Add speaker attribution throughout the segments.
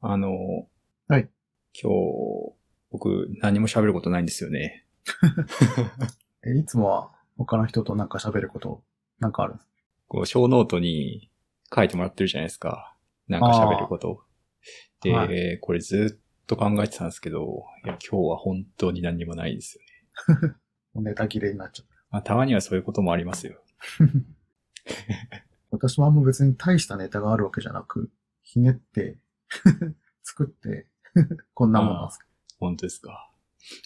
Speaker 1: あの、
Speaker 2: はい。
Speaker 1: 今日、僕、何も喋ることないんですよね。
Speaker 2: え、いつもは他の人となんか喋ること、なんかあるんです
Speaker 1: こう、小ノートに書いてもらってるじゃないですか。なんか喋ること。で、
Speaker 2: は
Speaker 1: これずっと考えてたんですけど、いや、今日は本当に何にもないですよね。
Speaker 2: ネタ切れになっちゃっ
Speaker 1: まあ、たまにはそういうこともありますよ。
Speaker 2: た。私もあんま別に大したネタがあるわけじゃなく、ひねって、 作って、 こんなもんなんですけど。
Speaker 1: 本当ですか。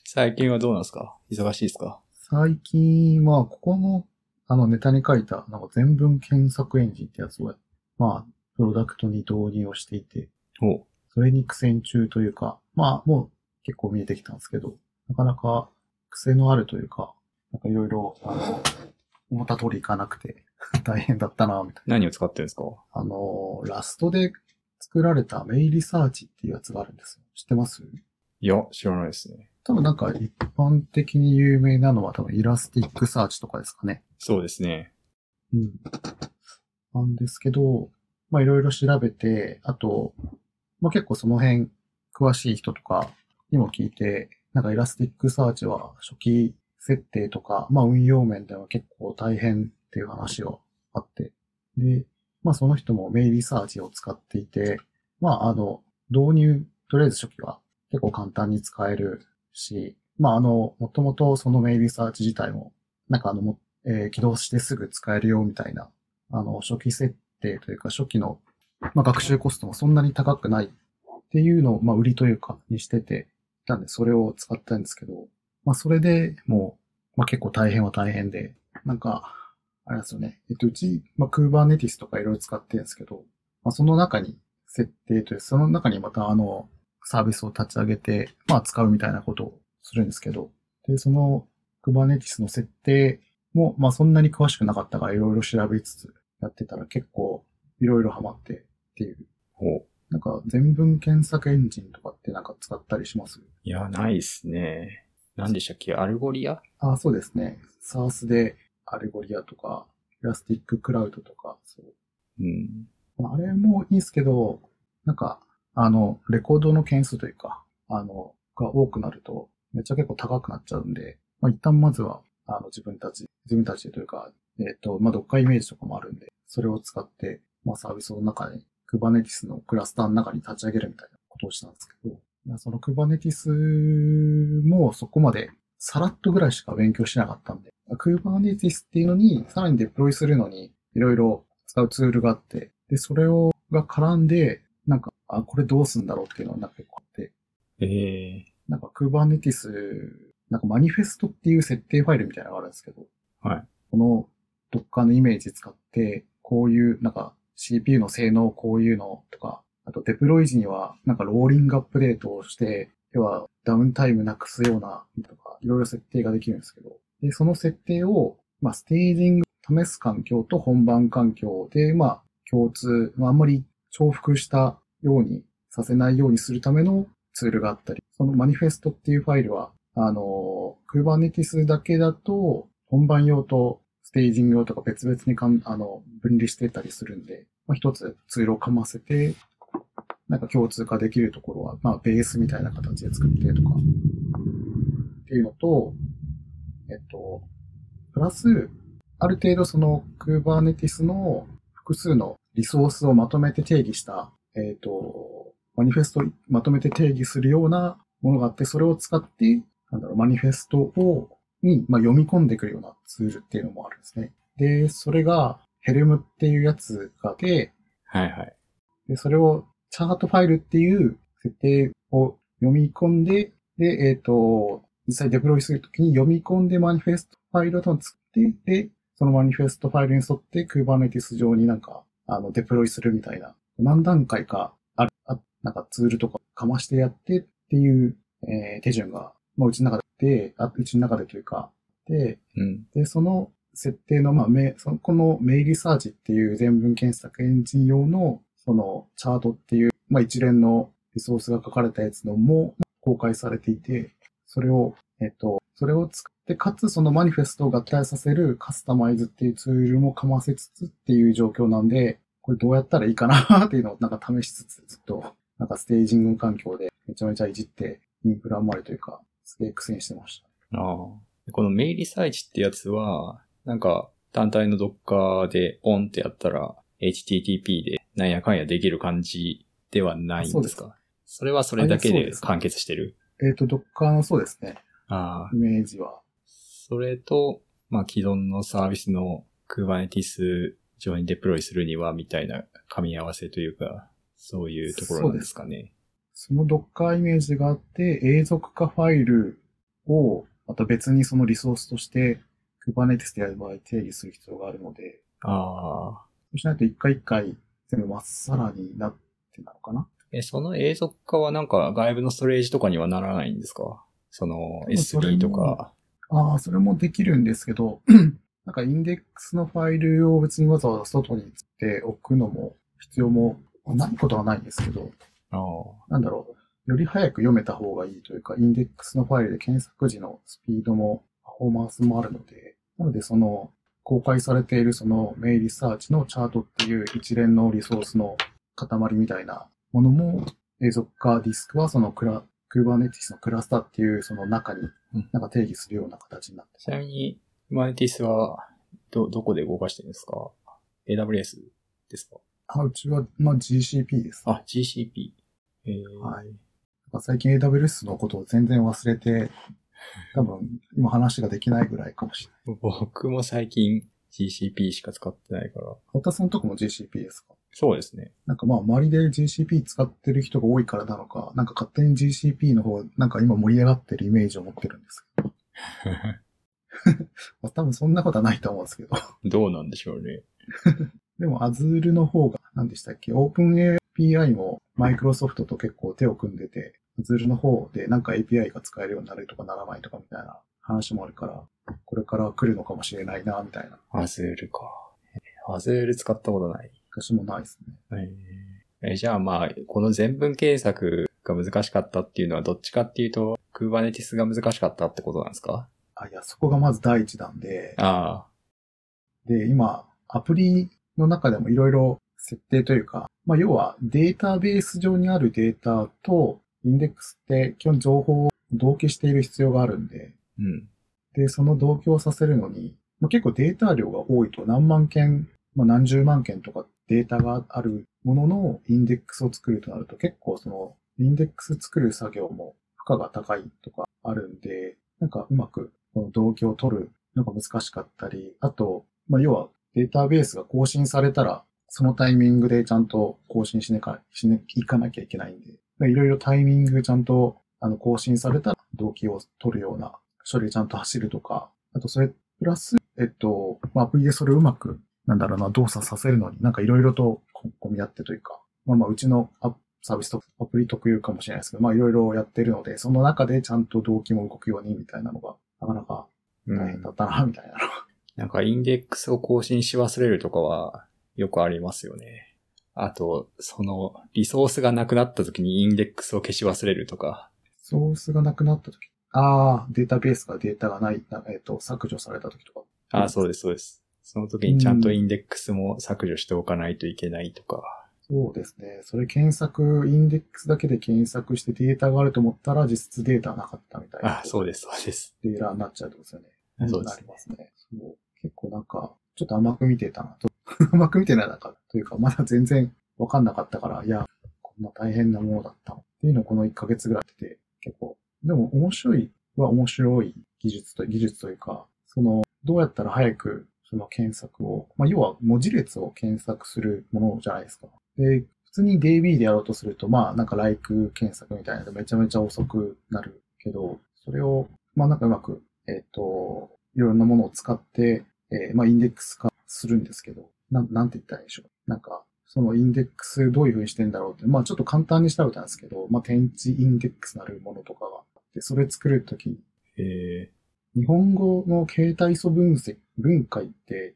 Speaker 1: 最近はどうなんですか忙しいですか
Speaker 2: 最近は、ここの、あのネタに書いた、なんか全文検索エンジンってやつを、まあ、プロダクトに導入をしていて、
Speaker 1: お
Speaker 2: それに苦戦中というか、まあ、もう結構見えてきたんですけど、なかなか癖のあるというか、なんかいろいろ、あの、思った通りいかなくて 大変だったな、みたい
Speaker 1: 何を使ってるんですか
Speaker 2: な。あの、ラストで作られたメイリサーチっていうやつがあるんですよ。知ってます
Speaker 1: いや、知らないですね。
Speaker 2: 多分なんか一般的に有名なのは多分イラスティックサーチとかですかね。
Speaker 1: そうですね。
Speaker 2: うん。なんですけど、まあいろいろ調べて、あと、まあ結構その辺詳しい人とかにも聞いて、なんかイラスティックサーチは初期設定とか、まあ運用面では結構大変っていう話があって、で、まあその人もメイリサーチを使っていて、まああの、導入、とりあえず初期は結構簡単に使えるし、まああの、もともとそのメイリサーチ自体も、なんかあの、もえー起動してすぐ使えるよみたいな、あの、初期設定というか初期の、まあ、学習コストもそんなに高くないっていうのを、まあ、売りというかにしてて、なんでそれを使ったんですけど、まあ、それでもう、まあ、結構大変は大変で、なんか、あれなんですよね。えっと、うち、まあ、Kubernetes とかいろいろ使ってるんですけど、まあ、その中に設定という、その中にまたあの、サービスを立ち上げて、まあ、使うみたいなことをするんですけど、で、その Kubernetes の設定も、まあそんなに詳しくなかったからいろいろ調べつつやってたら結構いろいろハマってっていう。
Speaker 1: お
Speaker 2: なんか全文検索エンジンとかってなんか使ったりします
Speaker 1: いや、ないですね。何でしたっけアルゴリア
Speaker 2: あ、そうですね。サースでアルゴリアとか、エラスティッククラウドとか、そう。
Speaker 1: うん。
Speaker 2: まああれもいいんですけど、なんか、あの、レコードの件数というか、あの、が多くなると、めっちゃ結構高くなっちゃうんで、まあ、一旦まずは、あの、自分たち、自分たちでというか、えっ、と、まあ、どっかイメージとかもあるんで、それを使って、まあ、サービスの中に、Kubernetes のクラスターの中に立ち上げるみたいなことをしたんですけど、まあその Kubernetes もそこまでさらっとぐらいしか勉強しなかったんで、Kubernetes っていうのに、さらにデプロイするのに、いろいろ使うツールがあって、で、それを、が絡んで、なんか、あ、これどうすんだろうっていうのがなんか結構あって、
Speaker 1: ええ
Speaker 2: なんか Kubernetes、なんかマニフェストっていう設定ファイルみたいなのがあるんですけど、
Speaker 1: はい。
Speaker 2: この Docker のイメージ使って、こういう、なんか CPU の性能こういうのとか、あとデプロイ時にはなんかローリングアップデートをして、要はダウンタイムなくすようなとか、いろいろ設定ができるんですけど、で、その設定を、まあ、ステージング、試す環境と本番環境で、まあ、共通、まあ、あんまり重複したようにさせないようにするためのツールがあったり、そのマニフェストっていうファイルは、あの、Kubernetes だけだと、本番用とステージング用とか別々にかんあの分離してたりするんで、まあ、一つツールをかませて、なんか共通化できるところは、まあ、ベースみたいな形で作ってとか、っていうのと、えっと、プラス、ある程度その Kubernetes の複数のリソースをまとめて定義した、えっと、マニフェストをまとめて定義するようなものがあって、それを使って、なんだろう、マニフェストを、に、まあ、読み込んでくるようなツールっていうのもあるんですね。で、それが、ヘルムっていうやつがで、
Speaker 1: はいはい。
Speaker 2: で、それをチャートファイルっていう設定を読み込んで、で、えっ、と、実際デプロイするときに読み込んでマニフェストファイルを多分作って、で、そのマニフェストファイルに沿って Kubernetes 上になんか、あの、デプロイするみたいな、何段階かある、あなんかツールとかかましてやってっていう、えー手順が、まあ、うちの中で、あうちの中でというか、で、
Speaker 1: うん。
Speaker 2: で、その設定の、まあ、めそのこのメイリサーチっていう全文検索エンジン用の、そのチャートっていう、まあ、一連のリソースが書かれたやつのも公開されていて、それを、えっと、それを作って、かつそのマニフェストを合体させるカスタマイズっていうツールもかませつつっていう状況なんで、これどうやったらいいかなっていうのをなんか試しつつずっとなんかステージング環境でめちゃめちゃいじって、インフラ生まれというか、すげえ苦戦してました。
Speaker 1: ああ。このメイリサイチってやつは、なんか単体の Docker でオンってやったら HTTP でなんやかんやできる感じではないんですか
Speaker 2: あ
Speaker 1: それはそれだけ
Speaker 2: あれそう
Speaker 1: で
Speaker 2: です
Speaker 1: 完結してる。
Speaker 2: えっ、と、Docker のそうですね、
Speaker 1: ああ。
Speaker 2: イメージは。
Speaker 1: それと、まあ既存のサービスの Kubernetes 上にデプロイするにはみたいな噛み合わせというか、そういうところなんですかね。
Speaker 2: その Docker イメージがあって、永続化ファイルをまた別にそのリソースとして Kubernetes でやる場合定義する必要があるので、
Speaker 1: ああ。
Speaker 2: そうしないと一回一回全部まっさらになってなのかな
Speaker 1: え、その永続化はなんか外部のストレージとかにはならないんですかその
Speaker 2: でもそれ
Speaker 1: S3 とか。
Speaker 2: ああ、それもできるんですけど、 なんかインデックスのファイルを別にわざわざ外につっておくのも必要もないことはないんですけど、
Speaker 1: ああ。
Speaker 2: なんだろう、より早く読めた方がいいというか、インデックスのファイルで検索時のスピードもパフォーマンスもあるので、なのでその公開されているそのメイリサーチのチャートっていう一連のリソースの塊みたいなものも永続化ディスクはそのクラ、Kubernetes のクラスターっていうその中に
Speaker 1: うん
Speaker 2: なんか定義するような形になってます
Speaker 1: ちなみに、マネティスは、ど、どこで動かしてるんですか ?AWS ですか
Speaker 2: あ、うちは、まあ、GCP です。
Speaker 1: あ、GCP。えー、
Speaker 2: はいなんか最近 AWS のことを全然忘れて、多分今話ができないぐらいかもしれない。
Speaker 1: 僕も最近 GCP しか使ってないから。
Speaker 2: 堀田さんのとこも GCP ですか
Speaker 1: そうです ね。
Speaker 2: なんかまあ周りで GCP 使ってる人が多いからなのか、なんか勝手に GCP の方、なんか今盛り上がってるイメージを持ってるんですけど。まあ多分そんなことはないと思うんですけど。
Speaker 1: どうなんでしょうね。
Speaker 2: でも Azure の方が、何でしたっけ ?OpenAPI も Microsoft と結構手を組んでて、Azure の方でなんか API が使えるようになるとかならないとかみたいな話もあるから、これから来るのかもしれないな、みたいな。
Speaker 1: Azure か。Azure 使ったことない。
Speaker 2: 私もないですね。
Speaker 1: えーえじゃあまあ、この全文検索が難しかったっていうのはどっちかっていうと、Kubernetes が難しかったってことなんですか
Speaker 2: あ、いや、そこがまず第一弾で、
Speaker 1: あ
Speaker 2: で、今、アプリの中でもいろいろ設定というか、まあ、要はデータベース上にあるデータと、インデックスって基本情報を同期している必要があるんで、
Speaker 1: あ、うん。
Speaker 2: で、その同居をさせるのに、まあ、結構データ量が多いと何万件、まあ、何十万件とかデータがあるもののインデックスを作るとなると結構そのインデックス作る作業も負荷が高いとかあるんで、なんかうまくこの同居を取るのが難しかったり、あと、まあ、要はデータベースが更新されたらそのタイミングでちゃんと更新しなきゃ、しね、いかなきゃいけないんで、まあいろいろタイミングちゃんと、あの、更新されたら動機を取るような処理ちゃんと走るとか、あとそれ、プラス、えっと、まあ、アプリでそれをうまく、なんだろうな、動作させるのに、なんかいろいろとこ混み合ってというか、まあまあ、うちのアサービスとアプリ特有かもしれないですけど、まあいろいろやってるので、その中でちゃんと動機も動くようにみたいなのが、なかなか
Speaker 1: う
Speaker 2: 大変
Speaker 1: ん
Speaker 2: だったな、みたいなの
Speaker 1: なんかインデックスを更新し忘れるとかはよくありますよね。あと、そのリソースがなくなった時にインデックスを消し忘れるとか。
Speaker 2: ソースがなくなった時。ああ、データベースがデータがない、なえっ、と、削除された時とか。
Speaker 1: あ、そうです、そうです。その時にちゃんとインデックスも削除しておかないといけないとか。
Speaker 2: そうですね。それ検索、インデックスだけで検索してデータがあると思ったら実質データなかったみたいな。
Speaker 1: あ、そうです、そうです。
Speaker 2: データになっちゃうってことですよね。
Speaker 1: そうで
Speaker 2: な
Speaker 1: す
Speaker 2: り。ますね。そう。結構なんか、ちょっと甘く見てたな。ちょっと 甘く見てないなかというか、まだ全然わかんなかったから、いや、こんな大変なものだったの。っていうのをこの1ヶ月ぐらいやってて、結構。でも面白いは面白い技術と、技術というか、その、どうやったら早くその検索を、まあ、要は文字列を検索するものじゃないですか。で、普通に DB でやろうとすると、まあ、なんか like 検索みたいなのでめちゃめちゃ遅くなるけど、それを、まあ、なんかうまく、えっ、と、いろんなものを使って、えーまあ、インデックス化するんですけど、なん、なんて言ったらいいんでしょう。なんか、そのインデックスどういう風にしてんだろうって、まあ、ちょっと簡単に調べたんですけど、まあ、点値インデックスなるものとかがあって、それ作るときに、
Speaker 1: え
Speaker 2: 日本語の形態素分析、分解って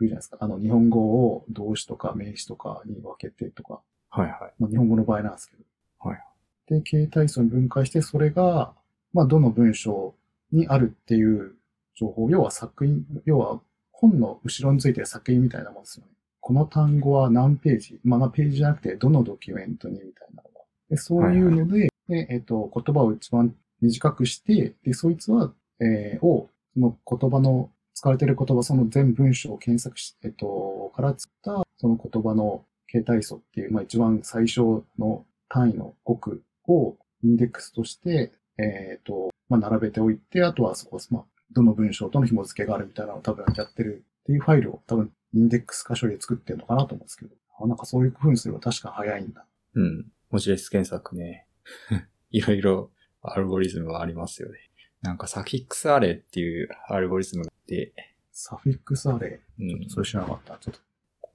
Speaker 2: 言うじゃないですか。あの、日本語を動詞とか名詞とかに分けてとか、
Speaker 1: ー、はいはい。
Speaker 2: まあ、日本語の場合なんですけど。
Speaker 1: はい。
Speaker 2: で、形態素に分解して、それが、まあ、どの文章にあるっていう情報、要は作品、要は本の後ろについてる作品みたいなもんですよね。この単語は何ページ、まあ、まあページじゃなくて、どのドキュメントにみたいなのが。でそういうので、でえっ、と、言葉を一番短くして、で、そいつは、えーを、その言葉の、使われている言葉、その全文章を検索し、えっ、と、から作った、その言葉の形態素っていう、まあ一番最小の単位の語句をインデックスとして、えっ、と、まあ並べておいて、あとはそこ、まあ、どの文章との紐付けがあるみたいなのを多分やってるっていうファイルを多分インデックス箇所で作ってるのかなと思うんですけど、あなんかそういう工夫にすれば確か早いんだ。
Speaker 1: うん。文字列検索ね。 いろいろアルゴリズムはありますよね。なんかサフィックスアレイっていうアルゴリズムがあって、
Speaker 2: サフィックスアレ
Speaker 1: う
Speaker 2: イ。
Speaker 1: ん。
Speaker 2: それ知らなかった。ちょっと。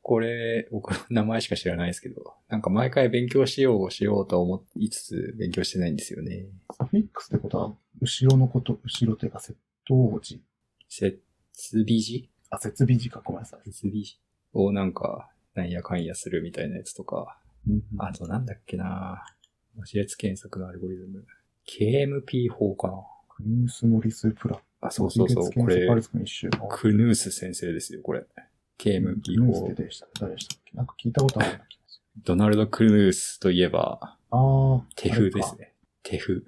Speaker 1: これ、僕の名前しか知らないですけど、なんか毎回勉強しようしようと思いつつ勉強してないんですよね。
Speaker 2: サフィックスってことは、後ろのこと、後ろというか、接頭時。
Speaker 1: 設備時
Speaker 2: あ、設備時か、ごめんなさい。
Speaker 1: 設備時をなんか、なんやかんやするみたいなやつとか、あとなんだっけな文字列検索のアルゴリズム。KMP 法かな
Speaker 2: クリース・モリス・プラッ
Speaker 1: あ、そうそうそう、これ
Speaker 2: パ、ルスの一周の。
Speaker 1: クヌース先生ですよ、これ。KMP
Speaker 2: ム
Speaker 1: 法。
Speaker 2: でした。誰でしたっけなんか聞いたことあるような気がする。
Speaker 1: ドナルド・クヌースといえば、
Speaker 2: ああ。
Speaker 1: 手風で
Speaker 2: あ
Speaker 1: す
Speaker 2: れか。
Speaker 1: ね。手風。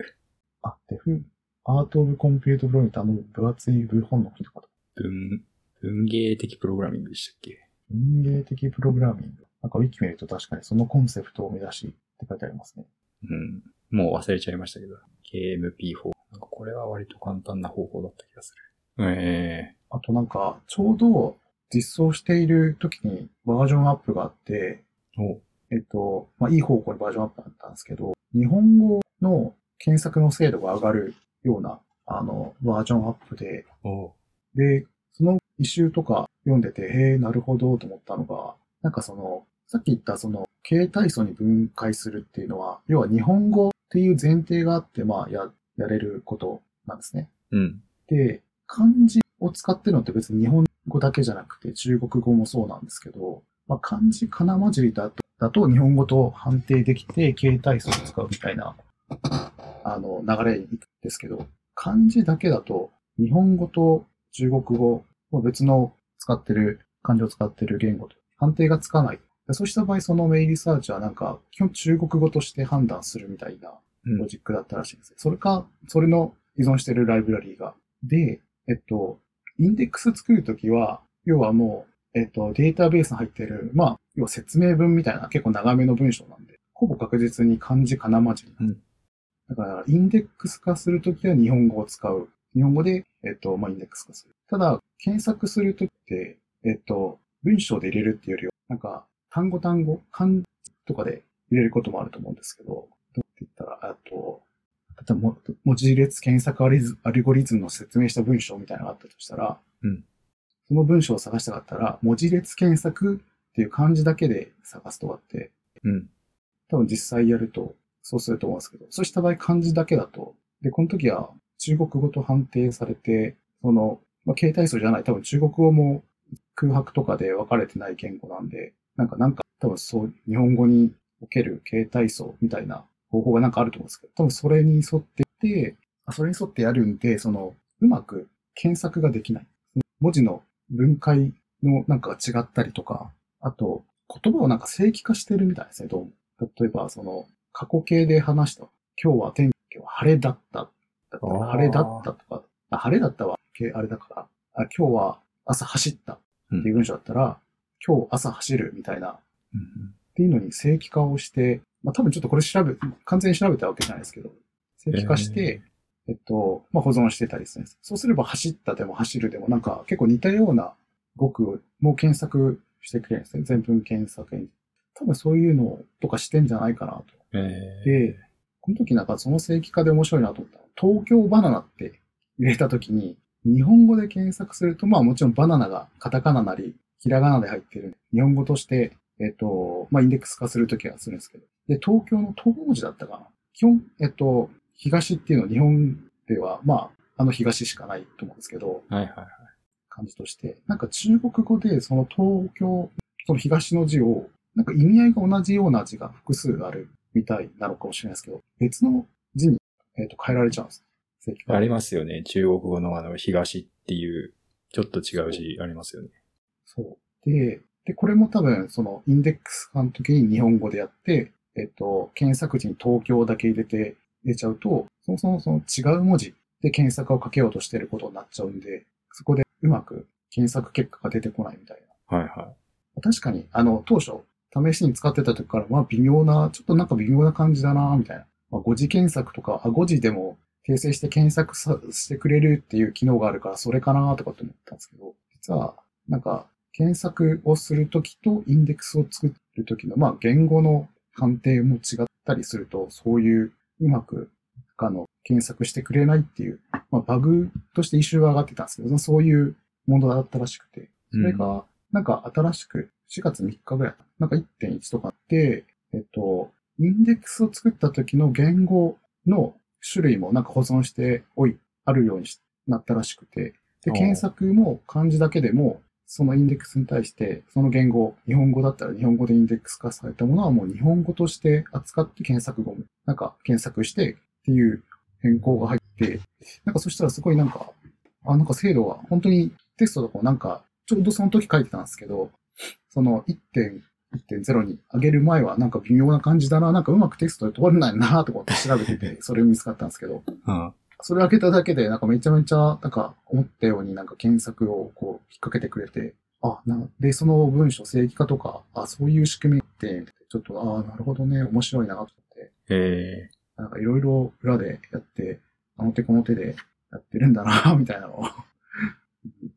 Speaker 2: あ、テフ。アート・オブ・コンピュート・プロミターの分厚い部本の人かと。
Speaker 1: 文、文芸的プログラミングでしたっけ
Speaker 2: 人芸的プログラミング。なんかウィキ見ると確かにそのコンセプトを目指しって書いてありますね。
Speaker 1: うん。もう忘れちゃいましたけど。KMP 法。なんかこれは割と簡単な方法だった気がする。え
Speaker 2: あとなんか、ちょうど実装している時にバージョンアップがあって、
Speaker 1: えお
Speaker 2: えっと、まあ、いい方向にバージョンアップだったんですけど、日本語の検索の精度が上がるような、あの、バージョンアップで、
Speaker 1: お
Speaker 2: で、その一周とか読んでて、へえ、なるほどと思ったのが、なんかその、さっき言ったその、形態素に分解するっていうのは、要は日本語っていう前提があって、まあ、や、やれることなんですね。
Speaker 1: うん。
Speaker 2: で、漢字を使ってるのって別に日本語だけじゃなくて中国語もそうなんですけど、まあ、漢字かな混じりだとだと日本語と判定できて形態素を使うみたいなあの流れに行くんですけど、漢字だけだと日本語と中国語、まあ別の使ってる、漢字を使ってる言語と判定がつかない。でそうした場合、そのメイリサーチはなんか、基本中国語として判断するみたいな
Speaker 1: うん
Speaker 2: ロジックだったらしいんですよ。それか、それの依存してるライブラリーが。で、えっと、インデックス作るときは、要はもう、えっと、データベースに入ってる、まあ、要は説明文みたいな結構長めの文章なんで、ほぼ確実に漢字かなまじり。
Speaker 1: うん
Speaker 2: だから、インデックス化するときは日本語を使う。日本語で、えっと、まあ、インデックス化する。ただ、検索するときって、えっと、文章で入れるっていうよりは、なんか、単語単語、漢字とかで入れることもあると思うんですけど、って言ったら、あと、例えばも文字列検索アリズアルゴリズムの説明した文章みたいなのがあったとしたら、
Speaker 1: うん
Speaker 2: その文章を探したかったら、文字列検索っていう漢字だけで探すとかって、
Speaker 1: うん。
Speaker 2: 多分実際やると、そうすると思うんですけど、そうした場合漢字だけだと、で、この時は中国語と判定されて、その、まあ、形態素じゃない、多分中国語も空白とかで分かれてない言語なんで、なんか、なんか、多分そう、日本語における形態素みたいな方法がなんかあると思うんですけど、多分それに沿ってて、あそれに沿ってやるんで、その、うまく検索ができない。文字の分解のなんかが違ったりとか、あと、言葉をなんか正規化してるみたいですね、どうも。例えば、その、過去形で話した、今日は天気は晴れだった。だった
Speaker 1: あー
Speaker 2: 晴れだったとか、あ晴れだったは、けあれだから、あ今日は朝走ったっていう文章だったら、今日朝走るみたいな
Speaker 1: うん
Speaker 2: っていうのに正規化をして、まあ多分ちょっとこれ調べ、完全に調べたわけじゃないですけど、正規化して、えっと、まあ保存してたりするんです。そうすれば走ったでも走るでもなんか結構似たような語句も検索してくれるんですね。全文検索に。多分そういうのとかしてんじゃないかなと。
Speaker 1: えー
Speaker 2: で、この時なんかその正規化で面白いなと思ったの。東京バナナって入れた時に、日本語で検索すると、まあもちろんバナナがカタカナなり、ひらがなで入ってる。日本語として、えっ、と、まあインデックス化するときはするんですけど。で、東京の東文字だったかな。基本、えっ、と、東っていうのは日本では、まあ、あの東しかないと思うんですけど、
Speaker 1: はいはいはい。
Speaker 2: 感じとして、なんか中国語でその東京、その東の字を、なんか意味合いが同じような字が複数あるみたいなのかもしれないですけど、別の字に、えっと変えられちゃうんです。正規化
Speaker 1: ありますよね。中国語のあの、東っていう、ちょっと違う字ありますよね。
Speaker 2: そう。で、で、これも多分、その、インデックス化の時に日本語でやって、ええっと、検索時に東京だけ入れて、入れちゃうと、そもそもその違う文字で検索をかけようとしてることになっちゃうんで、そこでうまく検索結果が出てこないみたいな。
Speaker 1: はいは
Speaker 2: 確かに、あの、当初、試しに使ってた時から、まあ微妙な、ちょっとなんか微妙な感じだな、みたいな。まあ、5次検索とか、あ、5次でも訂正して検索さしてくれるっていう機能があるから、それかな、とかって思ったんですけど、実は、なんか、検索をするときとインデックスを作るときの、まあ言語の判定も違ったりすると、そういううまく、あの、検索してくれないっていう、まあバグとしてイシューが上がってたんですけど、そういうものだったらしくて、
Speaker 1: い。
Speaker 2: それが、なんか新しく、4月3日ぐらい、なんか1.1とかあって、えっと、インデックスを作った時の言語の種類もなんか保存しておい、あるようにしなったらしくて、で、
Speaker 1: おう
Speaker 2: 検索も漢字だけでも、そのインデックスに対して、その言語、日本語だったら日本語でインデックス化されたものはもう日本語として扱って検索後も、なんか検索してっていう変更が入って、なんかそしたらすごいなんか、あ、なんか精度が、本当にテストとかもなんか、ちょうどその時書いてたんですけど、その1.1.0に上げる前はなんか微妙な感じだな、なんかうまくテストで通らないなとかって調べてて、それ見つかったんですけど、
Speaker 1: うん。
Speaker 2: それ開けただけで、なんかめちゃめちゃ、なんか思ったようになんか検索をこう引っ掛けてくれて、あ、な、で、その文章正規化とか、あ、そういう仕組みって、ちょっと、あなるほどね、面白いなと思って、
Speaker 1: え
Speaker 2: なんかいろいろ裏でやって、あの手この手でやってるんだな みたいなのを、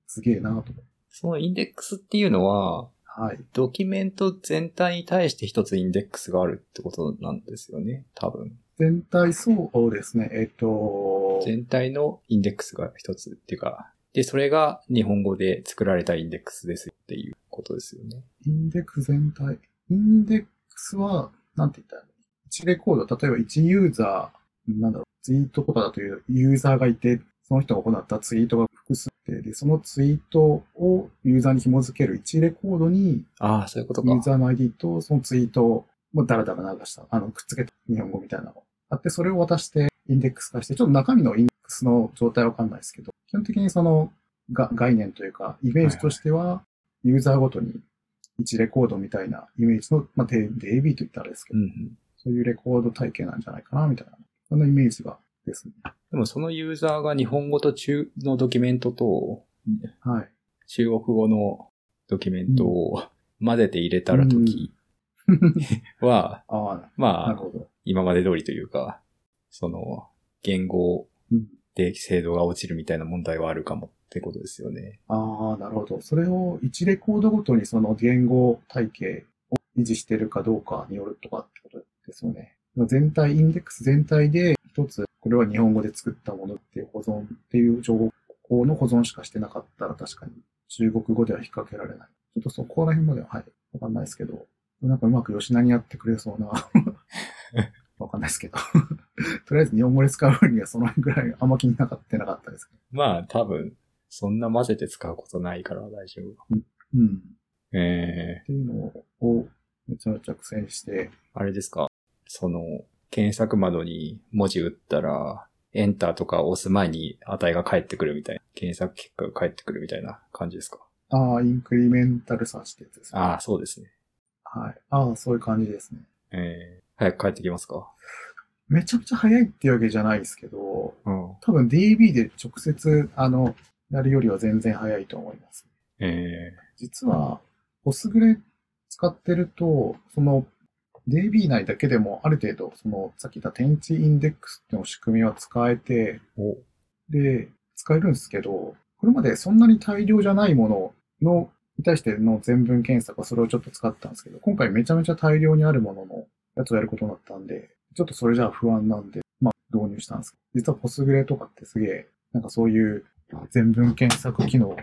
Speaker 2: すげえなと思って。
Speaker 1: そのインデックスっていうのは、
Speaker 2: はい。
Speaker 1: ドキュメント全体に対して一つインデックスがあるってことなんですよね、多分。
Speaker 2: 全体そうですね、えっ、と、
Speaker 1: 全体のインデックスが一つっていうか、で、それが日本語で作られたインデックスですよっていうことですよね。
Speaker 2: インデックス全体。インデックスは、なんて言ったらいいの一レコード、例えば一ユーザー、なんだろう、ツイートとかだというユーザーがいて、その人が行ったツイートが複数で、で、そのツイートをユーザーに紐付ける一レコードに、
Speaker 1: ああ、そういうこと
Speaker 2: ユー
Speaker 1: か。
Speaker 2: ザーの ID とそのツイートを、もうダラダラ流した、あの、くっつけた日本語みたいなのあって、それを渡してインデックス化して、ちょっと中身のインデックスの状態はわかんないですけど、基本的にそのが概念というか、イメージとしては、ユーザーごとに1レコードみたいなイメージの、まあ、デ DB と言ったらあれですけ
Speaker 1: う
Speaker 2: ど、
Speaker 1: んうん。
Speaker 2: そういうレコード体系なんじゃないかな、みたいな、そんなイメージがですね。
Speaker 1: でもそのユーザーが日本語と中のドキュメントと
Speaker 2: はい。
Speaker 1: 中国語のドキュメントを混ぜて入れたら時は、
Speaker 2: ああ、 なる
Speaker 1: まあ、
Speaker 2: ほど。
Speaker 1: 今まで通りというか、その、言語
Speaker 2: うん
Speaker 1: で精度が落ちるみたいな問題はあるかもってことですよね。
Speaker 2: ああ、なるほど。それを1レコードごとにその言語体系を維持してるかどうかによるとかってことですよね。全体、インデックス全体で一つ、これは日本語で作ったものっていう保存っていう情報の保存しかしてなかったら確かに中国語では引っ掛けられない。ちょっとそこら辺までは、はい、わかんないですけど、なんかうまく吉成やってくれそうな、わかんないですけど。 とりあえず日本語で使う分にはその辺ぐらいあんま気になかってなかったです。
Speaker 1: まあ、多分、そんな混ぜて使うことないから大丈夫。
Speaker 2: うん。
Speaker 1: ええ
Speaker 2: っていうのをめちゃめちゃ苦戦して、
Speaker 1: あれですかその、検索窓に文字打ったら、エンターとか押す前に値が返ってくるみたいな、検索結果が返ってくるみたいな感じですか
Speaker 2: ああ、インクリメンタルサーチってやつですね。
Speaker 1: ああ、そうですね。
Speaker 2: はい。ああ、そういう感じですね。
Speaker 1: ええ早く帰ってきますか
Speaker 2: めちゃくちゃ早いっていうわけじゃないですけど、
Speaker 1: うん。
Speaker 2: 多分 DB で直接、あの、やるよりは全然早いと思います。
Speaker 1: ええ
Speaker 2: 実は、ポスグレ使ってると、その DB 内だけでもある程度、その、さっき言った天地インデックスっていうの仕組みは使えて、
Speaker 1: お、
Speaker 2: で、使えるんですけど、これまでそんなに大量じゃないものの、に対しての全文検索はそれをちょっと使ってたんですけど、今回めちゃめちゃ大量にあるもののやつをやることになったんで、ちょっとそれじゃあ不安なんで、まあ導入したんですけど、実はポスグレとかってすげえ、なんかそういう全文検索機能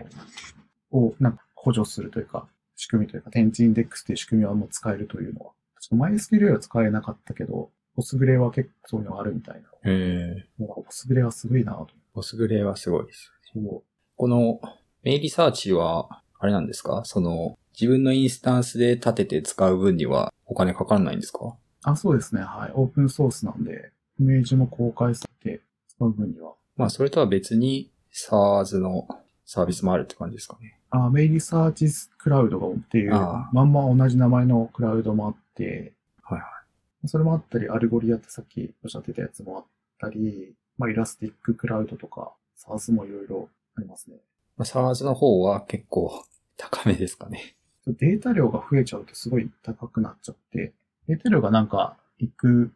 Speaker 2: をなんか補助するというか、仕組みというか、天地インデックスという仕組みはもう使えるというのは、ちょっと MySQL は使えなかったけど、ポスグレは結構そういうのがあるみたいな。
Speaker 1: ええ
Speaker 2: もうポスグレはすごいなと。
Speaker 1: オスグレーはすごいです。
Speaker 2: そう
Speaker 1: この、メイリサーチは、あれなんですかその、自分のインスタンスで立てて使う分にはお金かからないんですか
Speaker 2: あ、そうですね。はい。オープンソースなんで、イメージも公開されて使う分には。
Speaker 1: まあ、それとは別に、SARS のサービスもあるって感じですかね。
Speaker 2: あ、メイリサーチクラウドっていう、
Speaker 1: ああ
Speaker 2: まんま同じ名前のクラウドもあって、
Speaker 1: はいはい。
Speaker 2: それもあったり、アルゴリアってさっきおっしゃってたやつもあったり、まあ、イラスティッククラウドとか、サースもいろいろありますね。
Speaker 1: まあ、サーズの方は結構高めですかね。
Speaker 2: データ量が増えちゃうとすごい高くなっちゃって、データ量がなんか、いく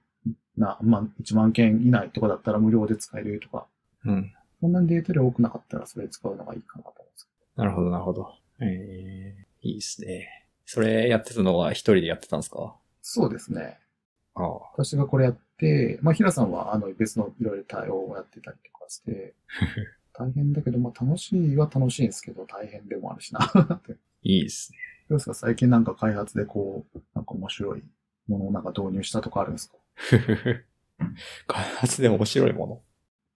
Speaker 2: な、まあ、1万件以内とかだったら無料で使えるとか、
Speaker 1: うん。
Speaker 2: そんなにデータ量多くなかったらそれ使うのがいいかなと思うんです
Speaker 1: なるほど、なるほど。えー、いいですね。それやってたのは一人でやってたんですか
Speaker 2: けど。そうですね。
Speaker 1: ああ。
Speaker 2: 私がこれやって、まあ、平さんはあの別のいろいろ対応をやってたりと かして、大変だけど、まあ、楽しいは楽しいんですけど、大変でもあるしなって。
Speaker 1: いいですね。
Speaker 2: どうですか最近なんか開発でこう、なんか面白いものをなんか導入したとかあるんですか
Speaker 1: ふふふ 開発で面白いもの。